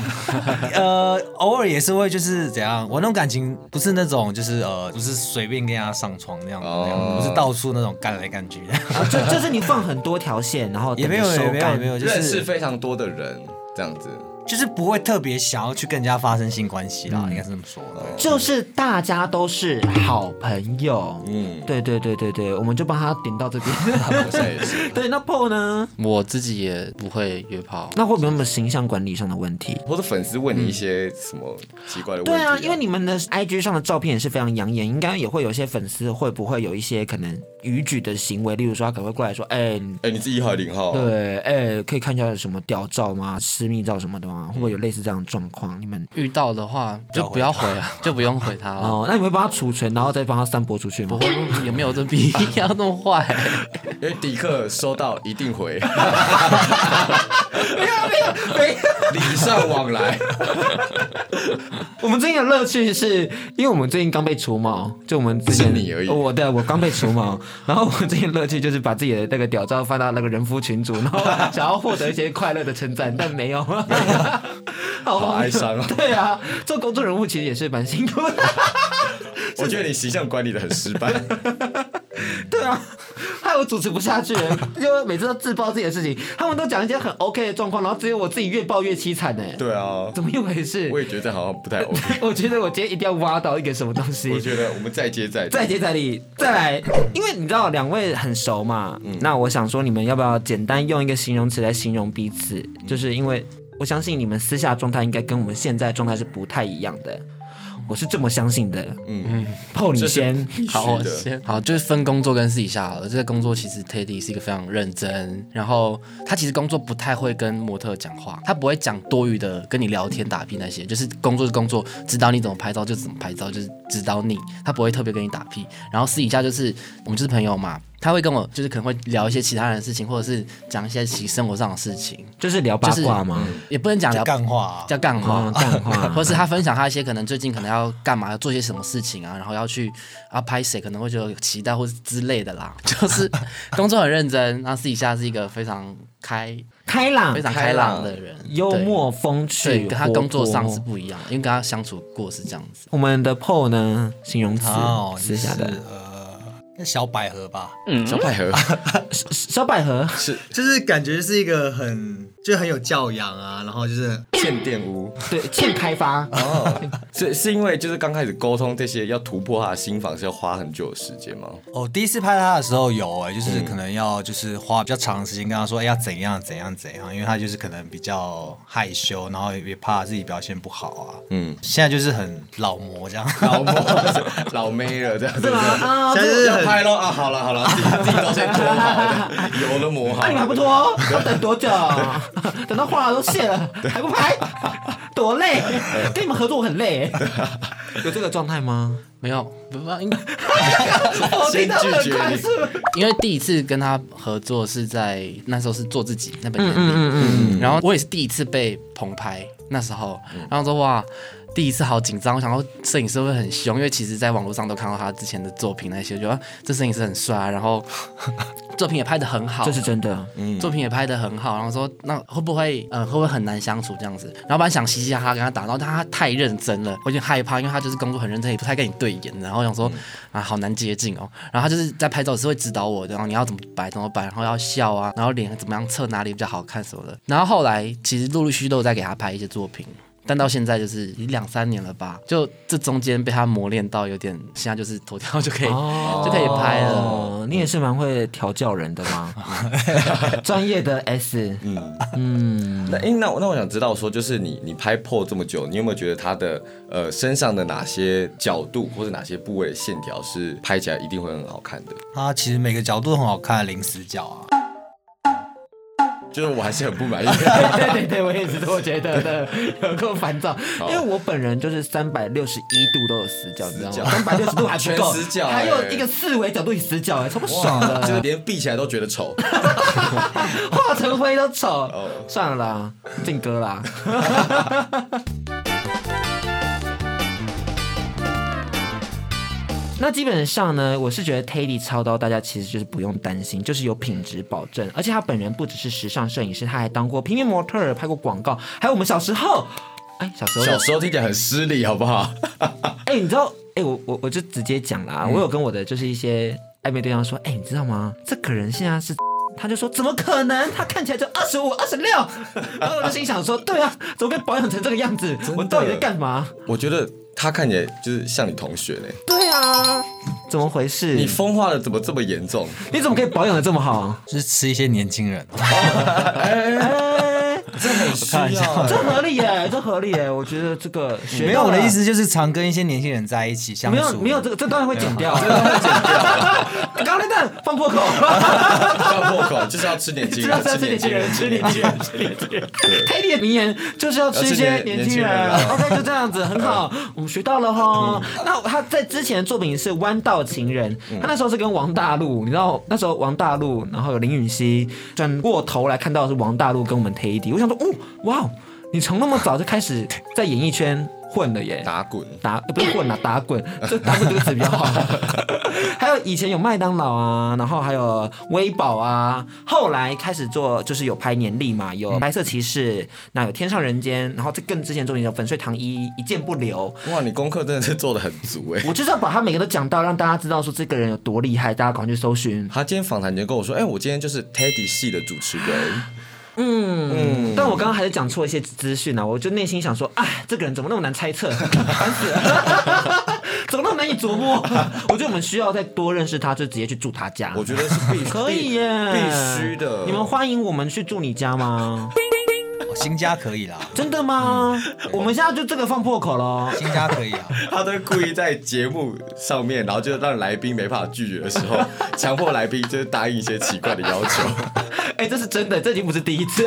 S4: 呃，偶尔也是会就是怎样，我那种感情不是那种就是呃，不是随便跟人家上床那样的，那样
S3: 哦
S4: 不是到处那种干来干去 的，
S2: 啊，就就是你放很多条线，然后等
S4: 也没有
S2: 着收
S4: 也没有也
S2: 干
S4: 没有，就
S3: 认识
S4: 是
S3: 非常多的人，这样子。
S4: 就是不会特别想要去跟人家发生性关系啦，应该是这么说
S2: 哦
S4: 的。
S2: 就是大家都是好朋友。
S3: 嗯，
S2: 对对对对对，我们就帮他点到这 边。
S3: 我现在也是。
S2: 对，那 PO 呢？
S5: 我自己也不会约炮，
S2: 那会不会有什么形象管理上的问题？
S3: 或者粉丝问你一些什么奇怪的问题、
S2: 对啊，因为你们的 IG 上的照片也是非常养眼，应该也会有一些粉丝会不会有一些可能逾矩的行为，例如说他可能会过来说，哎、你
S3: 哎、你是一号还是零号？，
S2: 对，哎、可以看一下有什么屌照吗？私密照什么的吗？会不会有类似这样的状况？你们
S5: 遇到的话就不要回啊， 就不用回他了。
S2: 哦，那你会帮他储存，然后再帮他散播出去吗
S5: 不？会，也没有这必要那么坏。
S3: 因为迪克收到一定
S2: 没
S3: 回，
S2: 有。
S3: 礼尚往 来。
S2: 我们最近的乐趣是，因为我们最近刚被除毛，就我们之前
S3: 是你而已
S2: 我对我刚被除毛，然后我们最近乐趣就是把自己的那个屌照发到那个人夫群组，然后想要获得一些快乐的称赞，但没 有，好
S3: 好哀伤哦
S2: 对啊，做公众人物其实也是蛮辛苦的。
S3: 我觉得你形象管理的很失败。
S2: 对啊，害我主持不下去了，因为每次都自曝自己的事情，他们都讲一些很 OK 的状况，然后只有我自己越爆越凄惨呢。欸
S3: 对啊，
S2: 怎么一回事
S3: 我？也觉得好像不太 OK。
S2: 我觉得我今天一定要挖到一个什么东西。
S3: 我觉得我们再接再厉
S2: 再接再厉，再来，因为你知道两位很熟嘛，
S3: 嗯
S2: 那我想说你们要不要简单用一个形容词来形容彼此？就是因为我相信你们私下状态应该跟我们现在状态是不太一样的，我是这么相信的。
S3: 嗯，
S2: 泡你
S3: 这是
S2: 先，
S3: 必须
S5: 好，我
S3: 的。
S5: 先好，就是分工作跟私底下好了。这个工作其实 Teddy 是一个非常认真，然后他其实工作不太会跟模特讲话，他不会讲多余的跟你聊天打屁那些，就是工作是工作，指导你怎么拍照就怎么拍照，就是指导你，他不会特别跟你打屁。然后私底下就是我们就是朋友嘛，他会跟我就是可能会聊一些其他人的事情，或者是讲一些其实生活上的事情，
S2: 就是聊八卦吗？
S5: 也不能讲
S4: 就
S5: 聊
S4: 干话、啊，
S5: 叫干话
S2: 嗯，干话
S5: 或是他分享他一些可能最近可能要干嘛，要做些什么事情啊，然后要去啊拍谁，可能会觉得有期待或是之类的啦。 就是工作很认真，然后私底下是一个非常开、
S2: 开朗
S5: 非、常开朗的人，
S2: 嗯幽默、风
S5: 对。
S2: 趣，
S5: 对，跟他工作
S2: 活泼
S5: 上是不一样，因为跟他相处过是这样子。
S2: 我们的 PO 呢，形容词、
S4: 哦，就
S2: 私
S4: 是
S2: 下的
S4: 呃，那小百合吧，
S2: 嗯
S3: 小百 合
S2: 小百合，
S3: 是
S4: 就是感觉是一个很就很有教养啊，然后就是
S3: 欠电屋。
S2: 对，欠开发。
S3: 哦， 是是因为就是刚开始沟通这些要突破他的心房是要花很久的时间吗？
S4: 哦，第一次拍他的时候有哎、就是可能要就是花比较长的时间跟他说，哎、要怎样怎样怎样，因为他就是可能比较害羞，然后也怕自己表现不好啊。
S3: 嗯，
S4: 现在就是很老模这样，
S3: 老 妹老妹了这样子，
S2: 啊，
S4: 现在就是
S3: 要
S4: 很
S3: 拍咯啊！好了好了，自己自己都先脱好了， 油都抹好
S2: 那你们哎还不
S3: 了。
S2: 脱？要等多久？等到话都谢了，还不 拍，多累！跟你们合作我很累。有这个状态吗？
S5: 没有，不不，应
S2: 我哦听到
S3: 先
S2: 很
S3: 拒绝
S2: 快
S3: 你
S2: 速。
S5: 因为第一次跟他合作是在那时候是做自己那本
S2: 嗯
S5: 年历，
S2: 嗯嗯
S5: 嗯然后我也是第一次被棚拍，那时候，然后说哇，第一次好紧张，我想说摄影师会不会很凶，因为其实在网络上都看到他之前的作品那些，觉得啊这摄影师很帅啊，然后 作品也拍的很好，
S2: 这是真的。
S5: 作品也拍的很好，然后说那会不会呃会不会很难相处这样子？然后本来想嘻嘻哈哈跟他打，然后他太认真了，我有点害怕，因为他就是工作很认真，也不太跟你对眼，然后想说、啊好难接近哦。然后他就是在拍照的时候会指导我的，然后你要怎么摆怎么摆，然后要笑啊，然后脸怎么样侧哪里比较好看什么的。然后后来其实陆陆续续都有在给他拍一些作品。但到现在就是已经两三年了吧，就这中间被他磨练到有点，现在就是头条就可以、就可以拍了。
S2: 哦，你也是蛮会调教人的 吗？专业的 S，
S4: 嗯
S2: 嗯
S3: 那哎，那我那我想知道说，就是你你拍破这么久，你有没有觉得他的呃身上的哪些角度或者哪些部位的线条是拍起来一定会很好看的？
S4: 他其实每个角度都很好看，零死角啊。
S3: 就是我还是很不满意。
S2: 对对对，我也是这么觉得的，有够烦躁。因为我本人就是三百六十一度都有死角，你知道吗？三百六十度还不够，
S3: 全死角
S2: 还有
S3: 欸
S2: 一个四维角度也死角，哎，超不爽
S3: 哇，
S2: 的
S3: 就是。连闭起来都觉得丑。
S2: 化成灰都丑。算了啦，靖哥啦。 那基本上呢，我是觉得 Teddy 操刀，大家其实就是不用担心，就是有品质保证。而且他本人不只是时尚摄影师，他还当过平面模特儿，拍过广告，还有我们小时候，哎，小时候的
S3: 小时候听起来很失礼，好不好？
S2: 哎、你知道？哎、我我我就直接讲啦，我有跟我的就是一些暧昧对象说，哎、你知道吗？这个人现在是。 他就说：“怎么可能？他看起来就二十五、二十六。”然后我就心想说：“对啊，怎么可以保养成这个样子？我到底在干嘛
S3: 我觉得他看起来就是像你同学嘞，？”
S2: 对啊，怎么回事？
S3: 你
S2: 你
S3: 风化的怎么这么严重？
S2: 怎么可以保养的这么好？
S4: 就是吃一些年轻 人，
S2: 哎、
S3: 这很需要啊
S2: 这合理耶，这合理耶。我觉得这个学
S4: 没有
S2: 到
S4: 我的
S2: 了
S4: 意，思就是常跟一些年轻人在一起相
S2: 没
S4: 处，啊
S2: 有没有这个，这当然会剪掉。 刚刚那段放破口。
S3: 要破口，就是要吃年轻
S2: 知道
S3: 人，
S2: 在吃年轻人，吃年轻人，吃年轻人。 泰迪的名言就是要吃一些年轻人。啊
S3: 要吃年年轻人
S2: OK，就这样子，很 好，我们学到了哈。那他在之前的作品是《弯道情人》，他那时候是跟王大陆，你知道那时候王大陆，然后有林允熙，转过头来看到的是王大陆跟我们 t e d 我想说，哦，哇哦，你从那么早就开始在演艺圈混了耶。
S3: 打滚。
S2: 打呃不是混啊，打滚，这打滚这个词比较好。 还有以前有麦当劳啊，然后还有威宝啊，后来开始做就是有拍年历嘛，有白色骑士，那有天上人间，然后这更之前重点有粉碎糖衣，一件不留。
S3: 哇，你功课真的是做的很足哎。
S2: 我就是要把他每个都讲到，让大家知道说这个人有多厉害，大家赶快去搜寻。
S3: 他今天访谈前跟我说，哎、我今天就是 Teddy 系的主持人，
S2: 嗯，但我刚刚还是讲错一些资讯啊，我就内心想说，哎，这个人怎么那么难猜测，烦死了， 怎么那么难以琢磨？ 我觉得我们需要再多认识他，就直接去住他家。
S3: 我觉得是必
S2: 可以耶，
S3: 必须的。
S2: 你们欢迎我们去住你家吗？
S4: 哦新家可以啦，
S2: 真的吗？我们现在就这个放破口喽。
S4: 新家可以啊。
S3: 他都会故意在节目上面，然后就让来宾没办法拒绝的时候，强迫来宾就是答应一些奇怪的 要求。
S2: 哎、这是真的，这已经不是第一次、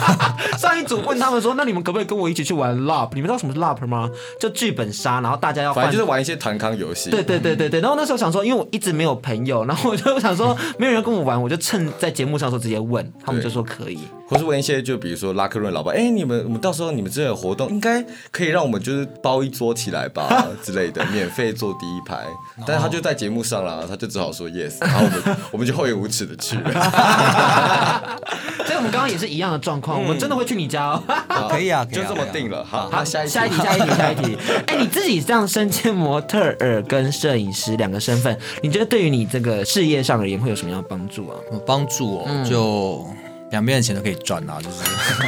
S2: 上一组问他们说，那你们可不可以跟我一起去玩 LARP？你们知道什么是 LARP 吗？就剧本杀，然后大家要
S3: 反
S2: 换
S3: 正就是玩一些团康游戏。
S2: 对对对对对，然后那时候想说，因为我一直没有朋友，然后我就想 说， 没有人跟我玩，我就趁在节目上的时候直接问，他们就说可以。
S3: 或是问一些，就比如说拉克润老板，哎、你们我们到时候你们这边有活动，应该可以让我们就是包一桌起来 吧之类的，免费坐第一排。
S4: 哦
S3: 但是他就在节目上啦，他就只好说 yes，然后我 们我们就厚颜无耻的去了，
S2: 所以我们刚刚也是一样的状况，我们真的会去你家哦。
S3: 好
S4: 可以啊可以
S3: 就
S4: 啊
S3: 这么定了。好，
S2: 好，
S3: 好
S2: 下
S3: 下
S2: 一
S3: 一
S2: 题，下一题，下一题，下一题。 哎、你自己这样身兼模特儿跟摄影师两个身份，你觉得对于你这个事业上而言会有什么样的帮助啊？
S4: 有帮助哦，就两边的钱都可以赚啊，就是。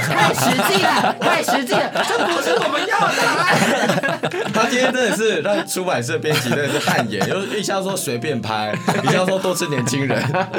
S2: 太实际了，太实际了，这不是我们要的答案。
S3: 他今天真的是让出版社编辑真的是汗颜，就是一下说随便拍， 一下说多吃年轻人，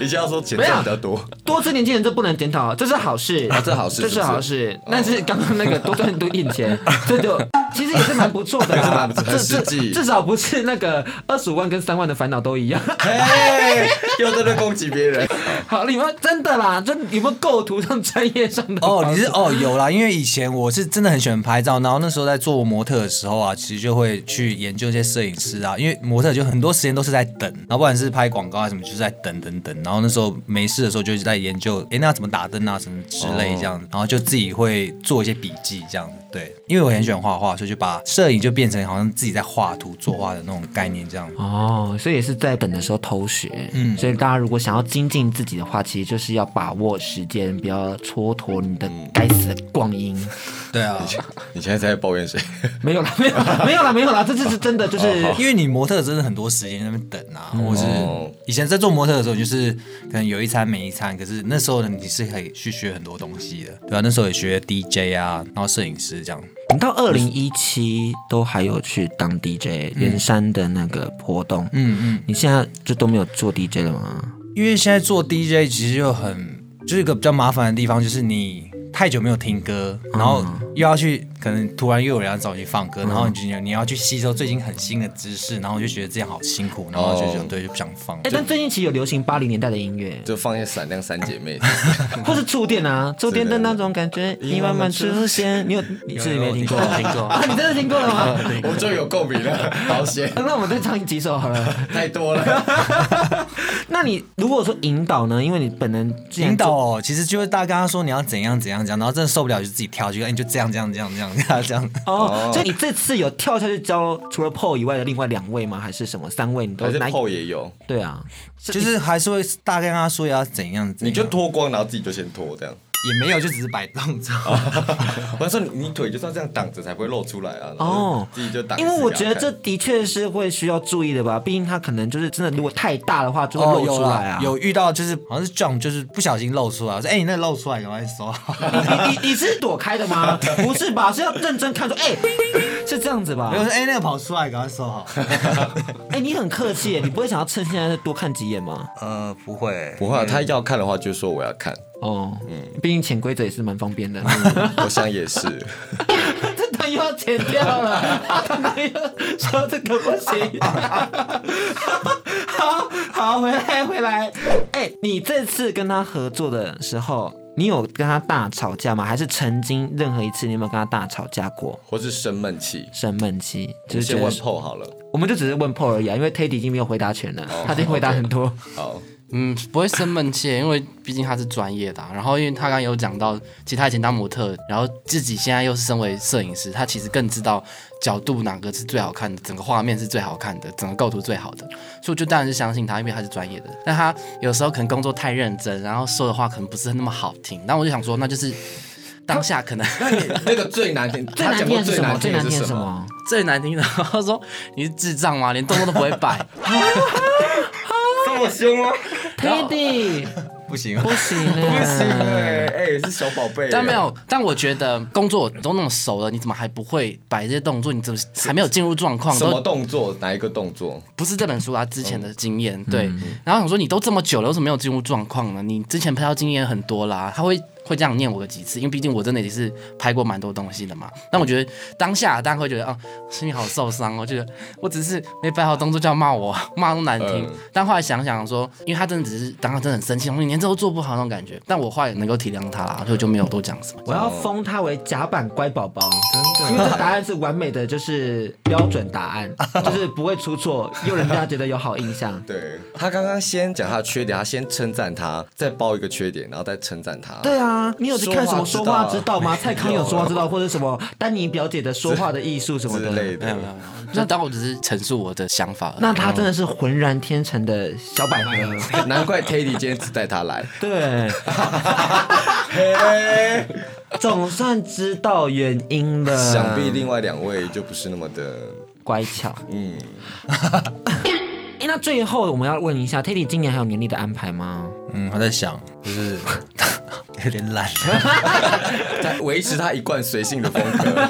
S3: 一下说钱赚比较多。
S2: 多吃年轻人这不能检讨，这是好事，
S3: 啊这是好事
S2: 这
S3: 是
S2: 是
S3: 不是哦
S2: 好事。但是刚刚那个多赚多一点钱，这就其实也是蛮不错的
S3: 也是
S2: 啦
S3: 蛮不，错
S2: 这
S3: 很实
S2: 这
S3: 际
S2: 至少不是那个二十五万跟三万的烦恼都一样。
S3: 哎，又在那攻击别人。
S2: 好，你们真的啦，这有没有构图上专业上的帮助？
S4: 哦，你是哦有啦，因为以前我是真的很喜欢拍照，然后那时候在做模特的时候啊，其实就会去研究一些摄影师啊，因为模特就很多时间都是在等，然后不管是拍广告啊什么，就是在等等等，然后那时候没事的时候就一直在研究，诶，那要怎么打灯啊什么之类这样子，然后就自己会做一些笔记这样子，对，因为我很喜欢画画，所以就把摄影就变成好像自己在画图作画的那种概念这样。
S2: 哦，所以也是在本的时候偷学。嗯，所以大家如果想要精进自己的话，其实就是要把握时间，不要蹉跎你的该死的光阴。
S4: 对 啊，
S3: 你现在在抱怨谁？
S2: 没有 啦，没有啦，没有啦，没有啦，这就是真的，就是。
S4: 因为你模特真的很多时间在那边等啊，或是
S3: 哦
S4: 以前在做模特的时候，就是可能有一餐没一餐，可是那时候呢，你是可以去学很多东西的，对啊，那时候也学 DJ 啊，然后摄影师这样，
S2: 你到二零一七都还有去当 DJ，圆山的那个活动，
S4: 嗯嗯，
S2: 你现在就都没有做 DJ 了吗？
S4: 因为现在做 DJ 其实就很就是一个比较麻烦的地方，就是你太久没有听歌，
S3: 嗯
S4: 然后又要去可能突然又有人要找你放歌，然后你就你要去吸收最近很新的知识，然后我就觉得这样好辛苦，然后就觉得
S3: 哦
S4: 对就不想放
S2: 哎、。但最近其实有流行八零年代的音乐，
S3: 就放一闪亮三姐妹，
S2: 或是触电啊，触电的那种感觉，你慢慢出现。 你有你是没听过？
S5: 听过
S2: 啊？你真的听过了 吗？
S3: 我就有共鸣 了，好险，
S2: 那我们再唱几首好了。
S3: 太多 了。
S2: 那你如果说引导呢？因为你本人之前
S4: 引导哦，其实就是大家跟他说你要怎样怎样怎样，然后真的受不了就自己跳，就哎你就这样这样这样这样这样这 样。
S2: 哦，所以你这次有跳下去教除了 PO 以外的另外两位吗？还是什么三位？你都
S3: 还是
S2: 哪一
S3: 后也有，
S2: 对啊，
S4: 就是还是会大概跟他说要怎样怎样，
S3: 你就脱光，然后自己就先脱这样。
S4: 也没有，就只是摆动 作。
S3: 我说你你腿就是要这样挡着才不会露出来啊。然
S2: 哦
S3: 后自己就挡。
S2: 因为我
S4: 啊
S2: 觉得这的确是会需要注意的吧，毕竟他可能就是真的，如果太大的话就会露
S4: 哦有
S2: 出来
S4: 啦
S2: 啊。，
S4: 有遇到就是好像是 jump，就是不小心露出来，我说哎、你那露出来赶快收 好。
S2: 你你你是躲开的 吗？不是吧？是要认真看说，哎、是这样子吧
S4: 没？有说哎、那个跑出来赶快收好。
S2: 哎、你很客气耶，你不会想要趁现在多看几眼吗？
S4: 呃，不会，
S3: 不会
S2: 嗯
S3: 啊，他要看的话就说我要看，
S2: 哦，
S4: 嗯
S2: 毕竟潜规则也是蛮方便 的。
S3: 我想 也是。
S2: 这段又要剪掉了， 他们又说这个不行。 好好，回来回来。哎、你这次跟他合作的时候，你有跟他大吵架吗？还是曾经任何一次你有没有跟他大吵架过？
S3: 或是生闷气，
S2: 生闷气，
S3: 就
S2: 就是觉
S3: 先
S2: 得
S3: 问 PO 好了。
S2: 我们就只是问 Paul 而已、啊，因为 Teddy 已经没有回答权了，
S3: 哦
S2: 他已经回答很多。
S3: 好，
S5: 嗯，不会生闷气，因为毕竟他是专业的啊、然后，因为他刚刚有讲到，其实他以前当模特，然后自己现在又是身为摄影师，他其实更知道角度哪个是最好看的，整个画面是最好看的，整个构图最好的。所以我就当然是相信他，因为他是专业的。但他有时候可能工作太认真，然后说的话可能不是那么好听。那我就想说，那就是当下可能
S3: 那个最难听，
S2: 最
S3: 他
S2: 难
S3: 讲
S2: 听
S3: 过
S2: 的是
S3: 最
S2: 什么？
S3: 难
S2: 最
S3: 听
S2: 难
S3: 的
S2: 听
S3: 是
S2: 的是什
S3: 什么？
S2: 么？
S5: 最难听的，他说你是智障吗？连动作都不会摆。
S3: 这么凶吗？
S2: Teddy
S4: 不行。
S2: 不行啊，
S3: 不行哎，哎是小宝贝。
S5: 但没，有，但我觉得工作都那么熟了，你怎么还不会摆这些动作？你怎么还没有进入状况？
S3: 什么嗯
S5: 都
S3: 动作？哪一个动作？
S5: 不是这本书啊，之前的经验、对。然后想说你都这么久了，为什么没有进入状况呢？你之前拍到经验很多啦，他会会这样念我个几次，因为毕竟我真的也是拍过蛮多东西的嘛。但我觉得当下大家会觉得啊、心里好受伤哦，觉得我只是没摆好动作就要骂我， 骂都难听。
S3: 嗯
S5: 但后来想想说，因为他真的只是当时真的很生气，我说你连这都做不好那种感觉。但我后来也能够体谅他啦，所以我就没有多讲什么。
S2: 我要封他为甲板乖宝宝，真的，因为这答案是完美的，就是标准答 案，就是不会出错，又人家觉得有好印 象。
S3: 对他刚刚先讲他的缺点，他先称赞他，再包一个缺点，然后再称赞他。
S2: 对啊，吗？你有去看什么说
S4: 说
S2: 话
S4: 话
S2: 之
S4: 之
S2: 道
S4: 道
S2: 吗？蔡康永说话之道，或者什么丹尼表姐的说话的艺术什么
S3: 之
S2: 的。
S3: 类
S5: 没有没
S3: 的。
S5: 有没有，那当我只是陈述我的想法而已。嗯
S2: 那他真的是浑然天成的小百合。
S3: 难怪 Teddy 今天只带他来，
S2: 对，哎总算知道原因了。
S3: 想必另外两位就不是那么的，
S2: 乖巧。
S3: 嗯，
S2: 哎，那最后我们要问一下，Teddy 今年还有年历的安排吗？
S4: 嗯，我在想，就是 有点懒。
S3: 在维持他一贯随性的风 格，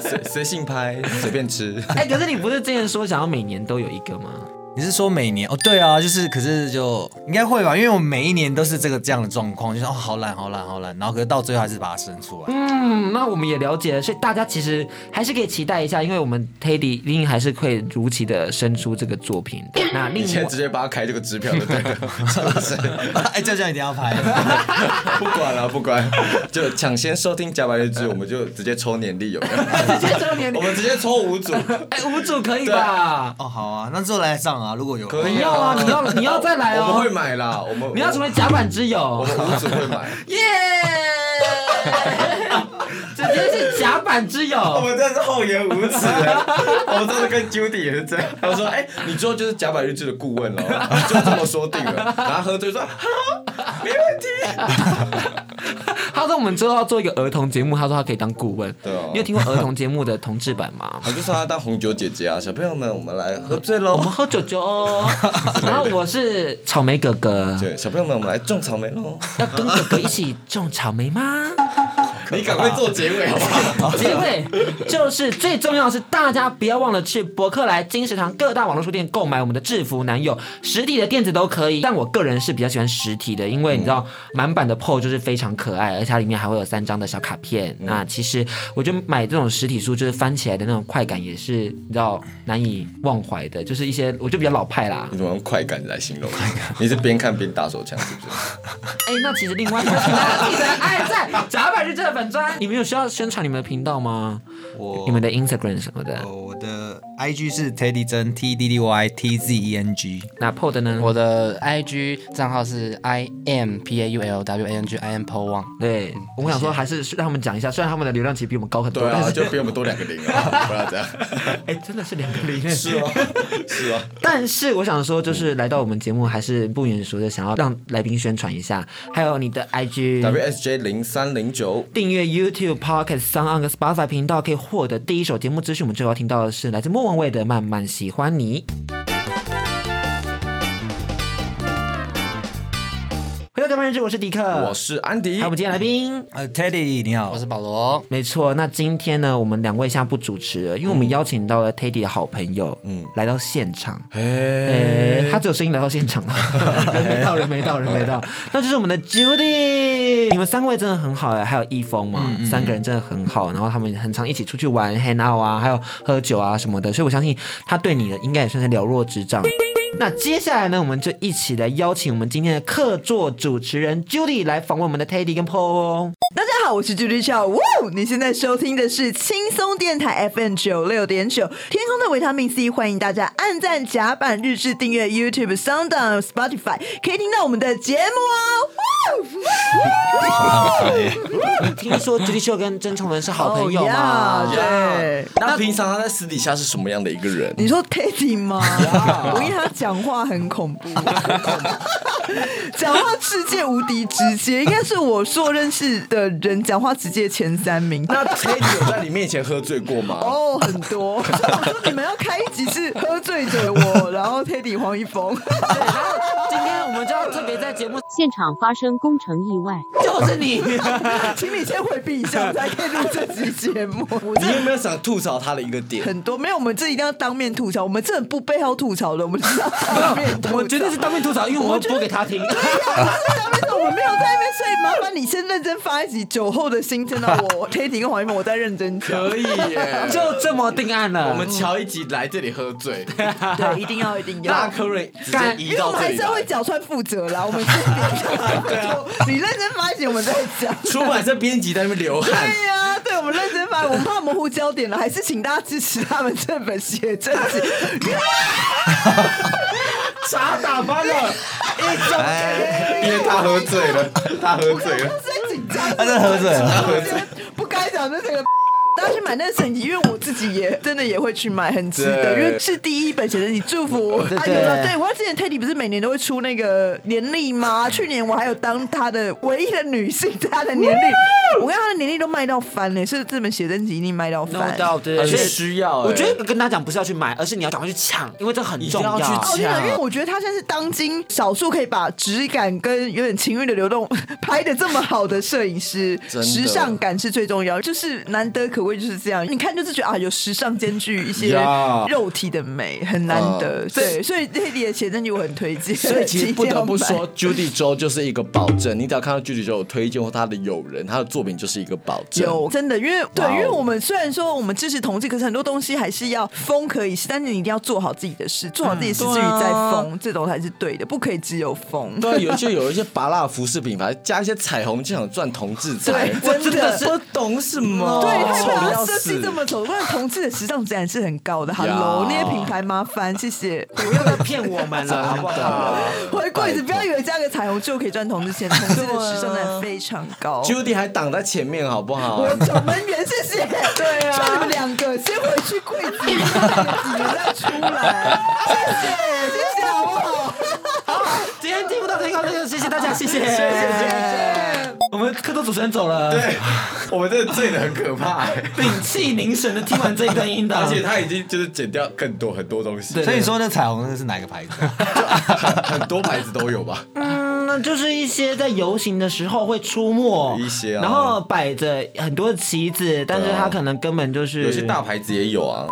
S3: 随随性拍，随便吃。
S2: 哎，可是你不是之前说想要每年都有一个吗？
S4: 你是说每年？哦，对啊，就是，可是就应该会吧，因为我每一年都是这个这样的状况，就是哦，好懒，好懒，好懒，然后可是到最后还是把它生出来。
S2: 嗯，那我们也了解了，所以大家其实还是可以期待一下，因为我们 Teddy 一定还是会如期的生出这个作品 的。那另
S3: 你现
S2: 外
S3: 在直接帮他开这个支票就 对了，
S4: 哎，就这样一定要拍。
S3: 不管了、不 管，就抢先收听《假白日志》，我们就直接抽年历有没有？
S2: 直接周年
S3: 我，们直接抽五组，
S2: 哎，五组可以吧？
S4: 哦，好啊，那之后来上啊，如果有
S3: 可
S2: 你
S3: 以
S2: 要啊，你要你要再来
S3: 我们会
S2: 哦，
S3: 买啦，我们
S2: 你要成为甲板之
S3: 我
S2: 友，
S3: 们五组会买，
S2: 耶！直接是甲板之
S3: 我
S2: 友，
S3: 们真的是厚颜无耻 欸，我们真的跟 Judy 也是这样， 他说：“哎，你之后就是假百日志的顾问了，哦 你就这么说定了。”然后喝醉说：“ 好，没问题。
S2: 他说我们之后要做一个儿童节目，他说他可以当顾问。
S3: 对啊
S2: 你有听过儿童节目的同志版 吗”？
S3: 我就说他当红酒姐姐啊，小朋友们，我们来喝醉
S2: 我
S3: 喽
S2: 们！喝酒酒哦，然后我是草莓哥哥，
S3: 对，小朋友们，我们来种草莓喽！
S2: 要跟哥哥一起种草莓吗？
S3: 你赶快做结尾好不 好？
S2: 结尾就是最重要的是，大家不要忘了去博客来、金石堂各大网络书店购买我们的制服男友，实体的、电子都可以。但我个人是比较喜欢实体的，因为你知道满版的 PO 就是非常可爱，而且它里面还会有三张的小卡片。那其实我觉得买这种实体书，就是翻起来的那种快感，也是你知道难以忘怀的，就是一些我就比较老派啦
S3: 你。怎么用快感来形容？你是边看边打手枪是不是？
S2: 哎，那其实另外一个记得爱在甲板日志的粉砖，你们有需要宣传你们的频道吗？
S4: 我
S2: 你们的 Instagram 什么的？
S3: 哦
S4: 呃我的 IG 是 Teddy 真 T D D Y T Z E N G，
S2: 那 PO 的呢？
S5: 我的 IG 账号是 I M P A U L W A N G I M P O W N。
S2: 对，我想说还是让他们讲一下，虽然他们的流量其实比我们高很多，
S3: 嗯对
S2: 但
S3: 啊，
S2: 是
S3: 就比我们多两个零啊， 不要这样。
S2: 哎，真的是两个零。
S3: 是啊，是啊，
S2: 但是我想说，就是来到我们节目，还是不免俗的，想要让来宾宣传一下，还有你的 IG。
S3: WSJ 零三零九。
S2: 订阅 YouTube、Pocket、s o u n 和 Spotify 频道，可以获得第一手节目资讯。我们最后要听到的是来自莫文蔚的《慢慢喜欢你》。回到台湾人志，我是迪克，
S3: 我是安迪
S2: 还有我，们今天来宾
S4: 呃，Teddy 你好
S5: 我，是保罗，
S2: 没错，那今天呢，我们两位下不主持了，因为我们邀请到了 Teddy 的好朋友，嗯，来到现场。诶，他只有声音来到现场了，人没到，人没到，人没到。那就是我们的 Judy，你们三位真的很好哎，还有易峰嘛，三个人真的很好。然后他们很常一起出去玩、hang out 啊，还有喝酒啊什么的，所以我相信他对你的应该也算是了若指掌。那接下来呢，我们就一起来邀请我们今天的客座主持人 Judy 来访问我们的 Teddy 跟 Paul 哦。
S6: 大家好，我是 Judy Chow。哇哦，你现在收听的是轻松电台 FM 九六点九，天空的维他命 C。欢迎大家按赞、甲板日志、订阅 YouTube、Sound、Spotify，可以听到我们的节目哦。哇哦
S2: 听说吉利秀跟曾崇伦是好朋友
S6: 哦
S2: 嘛
S6: 呀对。
S3: 那平常他在私底下是什么样的一个人？
S6: 你说 Teddy 吗？我跟他讲话很恐怖，讲话世界无敌直接，应该是我所认识的人讲话直接前三名。
S3: 那 Teddy 有在你面前喝醉过吗？
S6: 哦，很多。所以我说你们要开一集是喝醉者我，然后 Teddy 黄一峰。
S2: 对然后今天我们就要特别在节目，
S1: 现场发生工程意外。
S2: 就是你，
S6: 请你先回避一下，我们才可以录这集节目。我
S3: 你有
S6: 这
S3: 没有想吐槽他的一个点？
S6: 很多没有，我们这一定要当面吐槽，我们这很不背后吐槽的，我们是要当面吐 槽。
S2: 我绝对是当面吐槽，因为我们要播给他听。
S6: 当面吐，我们没有在那边，所以麻烦你先认真发一集酒后的心真的我我 Teddy 跟黄一峰，我在认真讲。
S3: 可以耶
S2: 就这么定案了。
S3: 我们乔一集来这里喝醉，
S6: 对，一定要一定要。
S3: 大科瑞 直接
S6: 因
S3: 移
S6: 为
S3: 到
S6: 我们
S3: 这
S6: 还
S3: 里
S6: 是要为
S3: 来。
S6: 脚穿负责啦，我们先别讲。 你认真发一集，我们再讲。
S3: 出版社编辑在那边流汗，
S6: 对哎呀、对我们认真发，我们怕模糊焦点了，还是请大家支持他们这本写真集。
S2: 傻打翻了，
S3: 哎因为他喝醉了，他喝醉
S6: 我
S3: 了。
S6: 是在紧
S4: 他真的喝醉了。
S6: 我觉得不该讲的那个。大家去买那个神集，因为我自己也真的也会去买，很值得，因
S3: 对
S6: 为是第一本写真集，祝福啊！有了，对我之前 Teddy 不是每年都会出那个年历吗？去年我还有当他的唯一的女性，他的年历，我看他的年历都卖到翻了，是这本写真集一定卖到翻。
S2: 对
S7: 很需要欸
S2: 我
S3: 哎
S2: 觉得跟大家讲不是要去买，而是你要赶快去抢，因为这很
S7: 一定
S2: 重
S7: 要去
S6: 哦，我跟你讲，因为我觉得他现在是当今少数可以把质感跟有点情欲的流动拍的这么好的摄影师，
S7: 的
S6: 时尚感是最重要，就是难得可贵就是这样。你看就是觉得啊，有时尚兼具一些
S3: 呀
S6: 肉体的美，很难得。对，所以这里的写真集我很推荐，
S7: 呃所以其 实不得不
S6: 一定要买，
S7: 说，Judy 周就是一个保证。你只要看到 Judy 周有推荐或他的友人，他的作品就是一个保证。
S6: 有真的，因为对，
S7: 哇哦
S6: 因为我们虽然说我们支持同志，可是很多东西还是要风可以是，但是你一定要做好自己的事，做好自
S7: 嗯
S6: 己的事之余再
S7: 啊
S6: 疯，这种才是对的，不可以只有疯。
S7: 对，啊有一些有一些拔蜡服饰品牌加一些彩虹，就想赚同志财
S6: 对，真的
S7: 不懂什
S3: 哦
S7: 么，
S6: 对，他也
S7: 丑
S6: 不
S7: 的
S6: 要
S7: 要
S6: 设计
S7: 死
S6: 这。么丑，不然同志的时尚自然是很高的。Hello，那些品牌麻烦，谢谢。
S2: 不要再骗我们 了，好不好？
S6: 回柜子，不要以为加个彩虹就可以赚同志钱，同志的时尚自然非常高。
S7: Judy 还挡在前面，好不好
S6: 我？守门员，谢谢。对 啊，就你们两个，先回去柜子，你们再出来。谢谢，谢谢，好不好？
S2: 今天听不到这个，这个谢谢大家，谢谢，谢谢。我们客座主持人走了，
S3: 对，我们真的醉的很可怕、欸，
S2: 屏气凝神的听完这一段音 档，
S3: 而且他已经就是剪掉更多很多东西，
S4: 所以你说那彩虹那是哪个 牌子？
S3: 很多牌子都有吧？
S2: 嗯，那就是一些在游行的时候会出没
S3: 一些啊
S2: 然后摆着很多的旗子，但是他可能根本就是
S3: 有些大。牌子也有啊。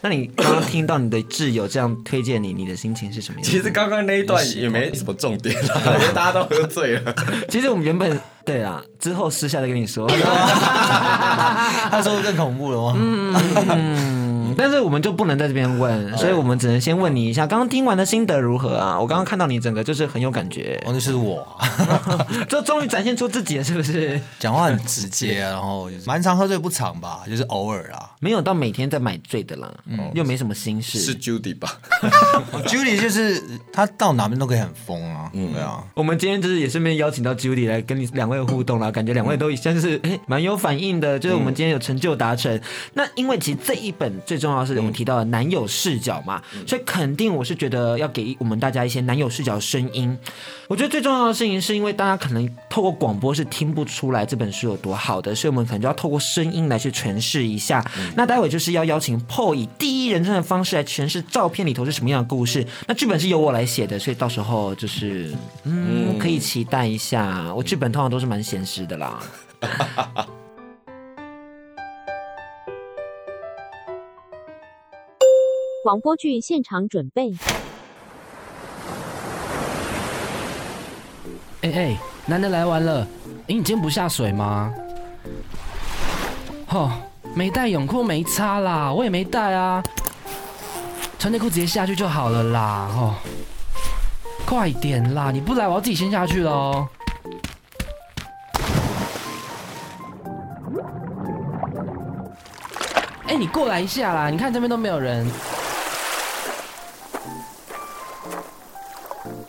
S2: 那你刚刚听到你的挚友这样推荐你，你的心情是什么样子？
S3: 其实刚刚那一段也没什么重点啦， 因为大家都喝醉了。
S2: 其实我们原本对啦，之后私下再跟你 说，
S4: 他说更恐怖了吗？
S2: 嗯但是我们就不能在这边问，
S3: 哎
S2: 所以我们只能先问你一下，刚刚听完的心得如何啊？我刚刚看到你整个就是很有感 觉，
S4: 哦，那是我，
S2: 这终于展现出自己了，是不是？
S4: 讲话很直接啊，然后就是蛮常喝醉不常吧，就是偶尔啊。
S2: 没有到每天在买醉的啦，又没什么心事。
S3: 嗯是 Judy 吧？
S4: Judy 哦就是他到哪边都可以很疯啊，对啊，
S2: 我们今天就是也顺便邀请到 Judy 来跟你两位互动啦，感觉两位都像是诶蛮有反应的，就是我们今天有成就达成。那因为其实这一本最重要的是我们提到的男友视角嘛，所以肯定我是觉得要给我们大家一些男友视角的声音。我觉得最重要的事情是因为大家可能透过广播是听不出来这本书有多好的，所以我们可能就要透过声音来去诠释一下。那待会就是要邀请 PO 以第一人称的方式来诠释照片里头是什么样的故事。那剧本是由我来写的，所以到时候就是嗯，可以期待一下。我剧本通常都是蛮闲适的啦。
S1: 广播剧现场准备。
S5: 哎哎，男的来完了，诶你今天不下水吗？哦，没带泳裤没擦啦，我也没带啊，穿内裤直接下去就好了啦，哦，快点啦，你不来我要自己先下去喽。哎，你过来一下啦！你看这边都没有人。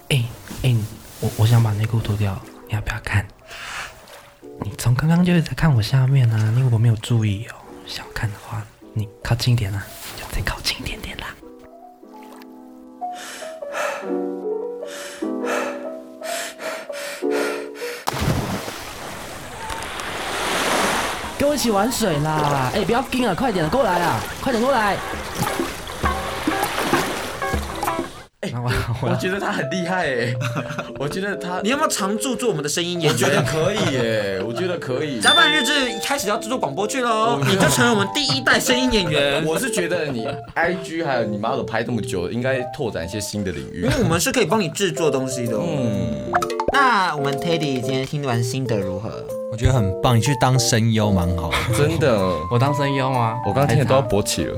S5: 哎、哎、你我我想把内裤脱掉，你要不要看？你从刚刚就一直在看我下面啊，你如果没有注意哦，想看的话，你靠近一点啊，就再靠近一点点啦。跟我一起玩水啦！哎、不要盯啊，快点过来啊，快点过来！哎、我我
S3: 我觉得他很厉害诶、我觉得他
S2: 你要不要常驻做我们的声音
S3: 我
S2: 演
S3: 觉得
S2: 员？
S3: 可以耶、我觉得可以。
S2: 甲板日志开始要制作广播剧喽，你就成为我们第一代声音演 员。
S3: 我是觉得你 IG 还有你 model 拍这么久，应该拓展一些新的领域
S2: 因。为我们是可以帮你制作东西的、哦。
S3: 嗯，
S2: 那我们 Teddy 今天听完心得如何？
S4: 我觉得很棒，你去当声优蛮 好的。
S3: 真的，
S5: 我当声优啊吗？
S3: 我刚刚听的都要勃起了。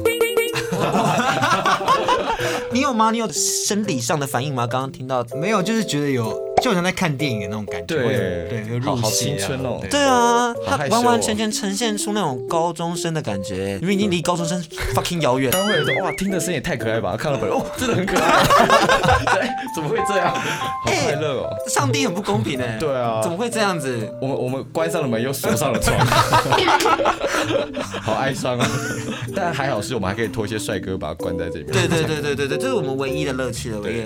S2: 你有吗？你有生理上的反应吗？刚刚听到
S4: 没有，就是觉得有就好像在看电影的那种感觉，
S3: 对
S4: 会有对，会入戏、
S3: 好
S4: 啊、
S3: 好青春哦
S4: 对
S2: 对啊，
S3: 好
S2: 他
S3: 害羞哦
S2: 完完全全呈现出那种高中生的感觉，因为已经离高中生 fucking 遥远。
S3: 刚会有说哇，听的声音也太可爱吧，看到本 人哦，真的很可爱， 对，怎么会这样？好快乐哦！
S2: 上帝很不公平哎！
S3: 对啊
S2: 怎么会这样子？
S3: 我们我们关上了门，又锁上 了窗，好哀伤啊！但还好是我们还可以拖一些帅哥把它关在这里面。
S2: 对对对对对对，这是我们唯一的乐趣了，唯一的。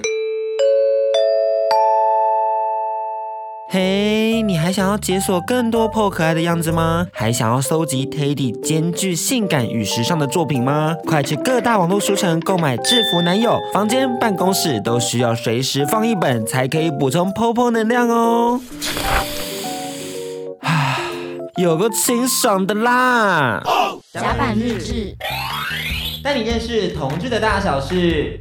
S2: 嘿你还想要解锁更多 PO 可爱的样子吗？还想要搜集 Teddy 兼具性感与时尚的作品吗？快去各大网络书城购买《制服男友》，房间、办公室都需要随时放一本，才可以补充 PO PO 能量哦。 唉有个清爽的啦！
S1: 甲板日志。
S2: 带你认识同志的大小事。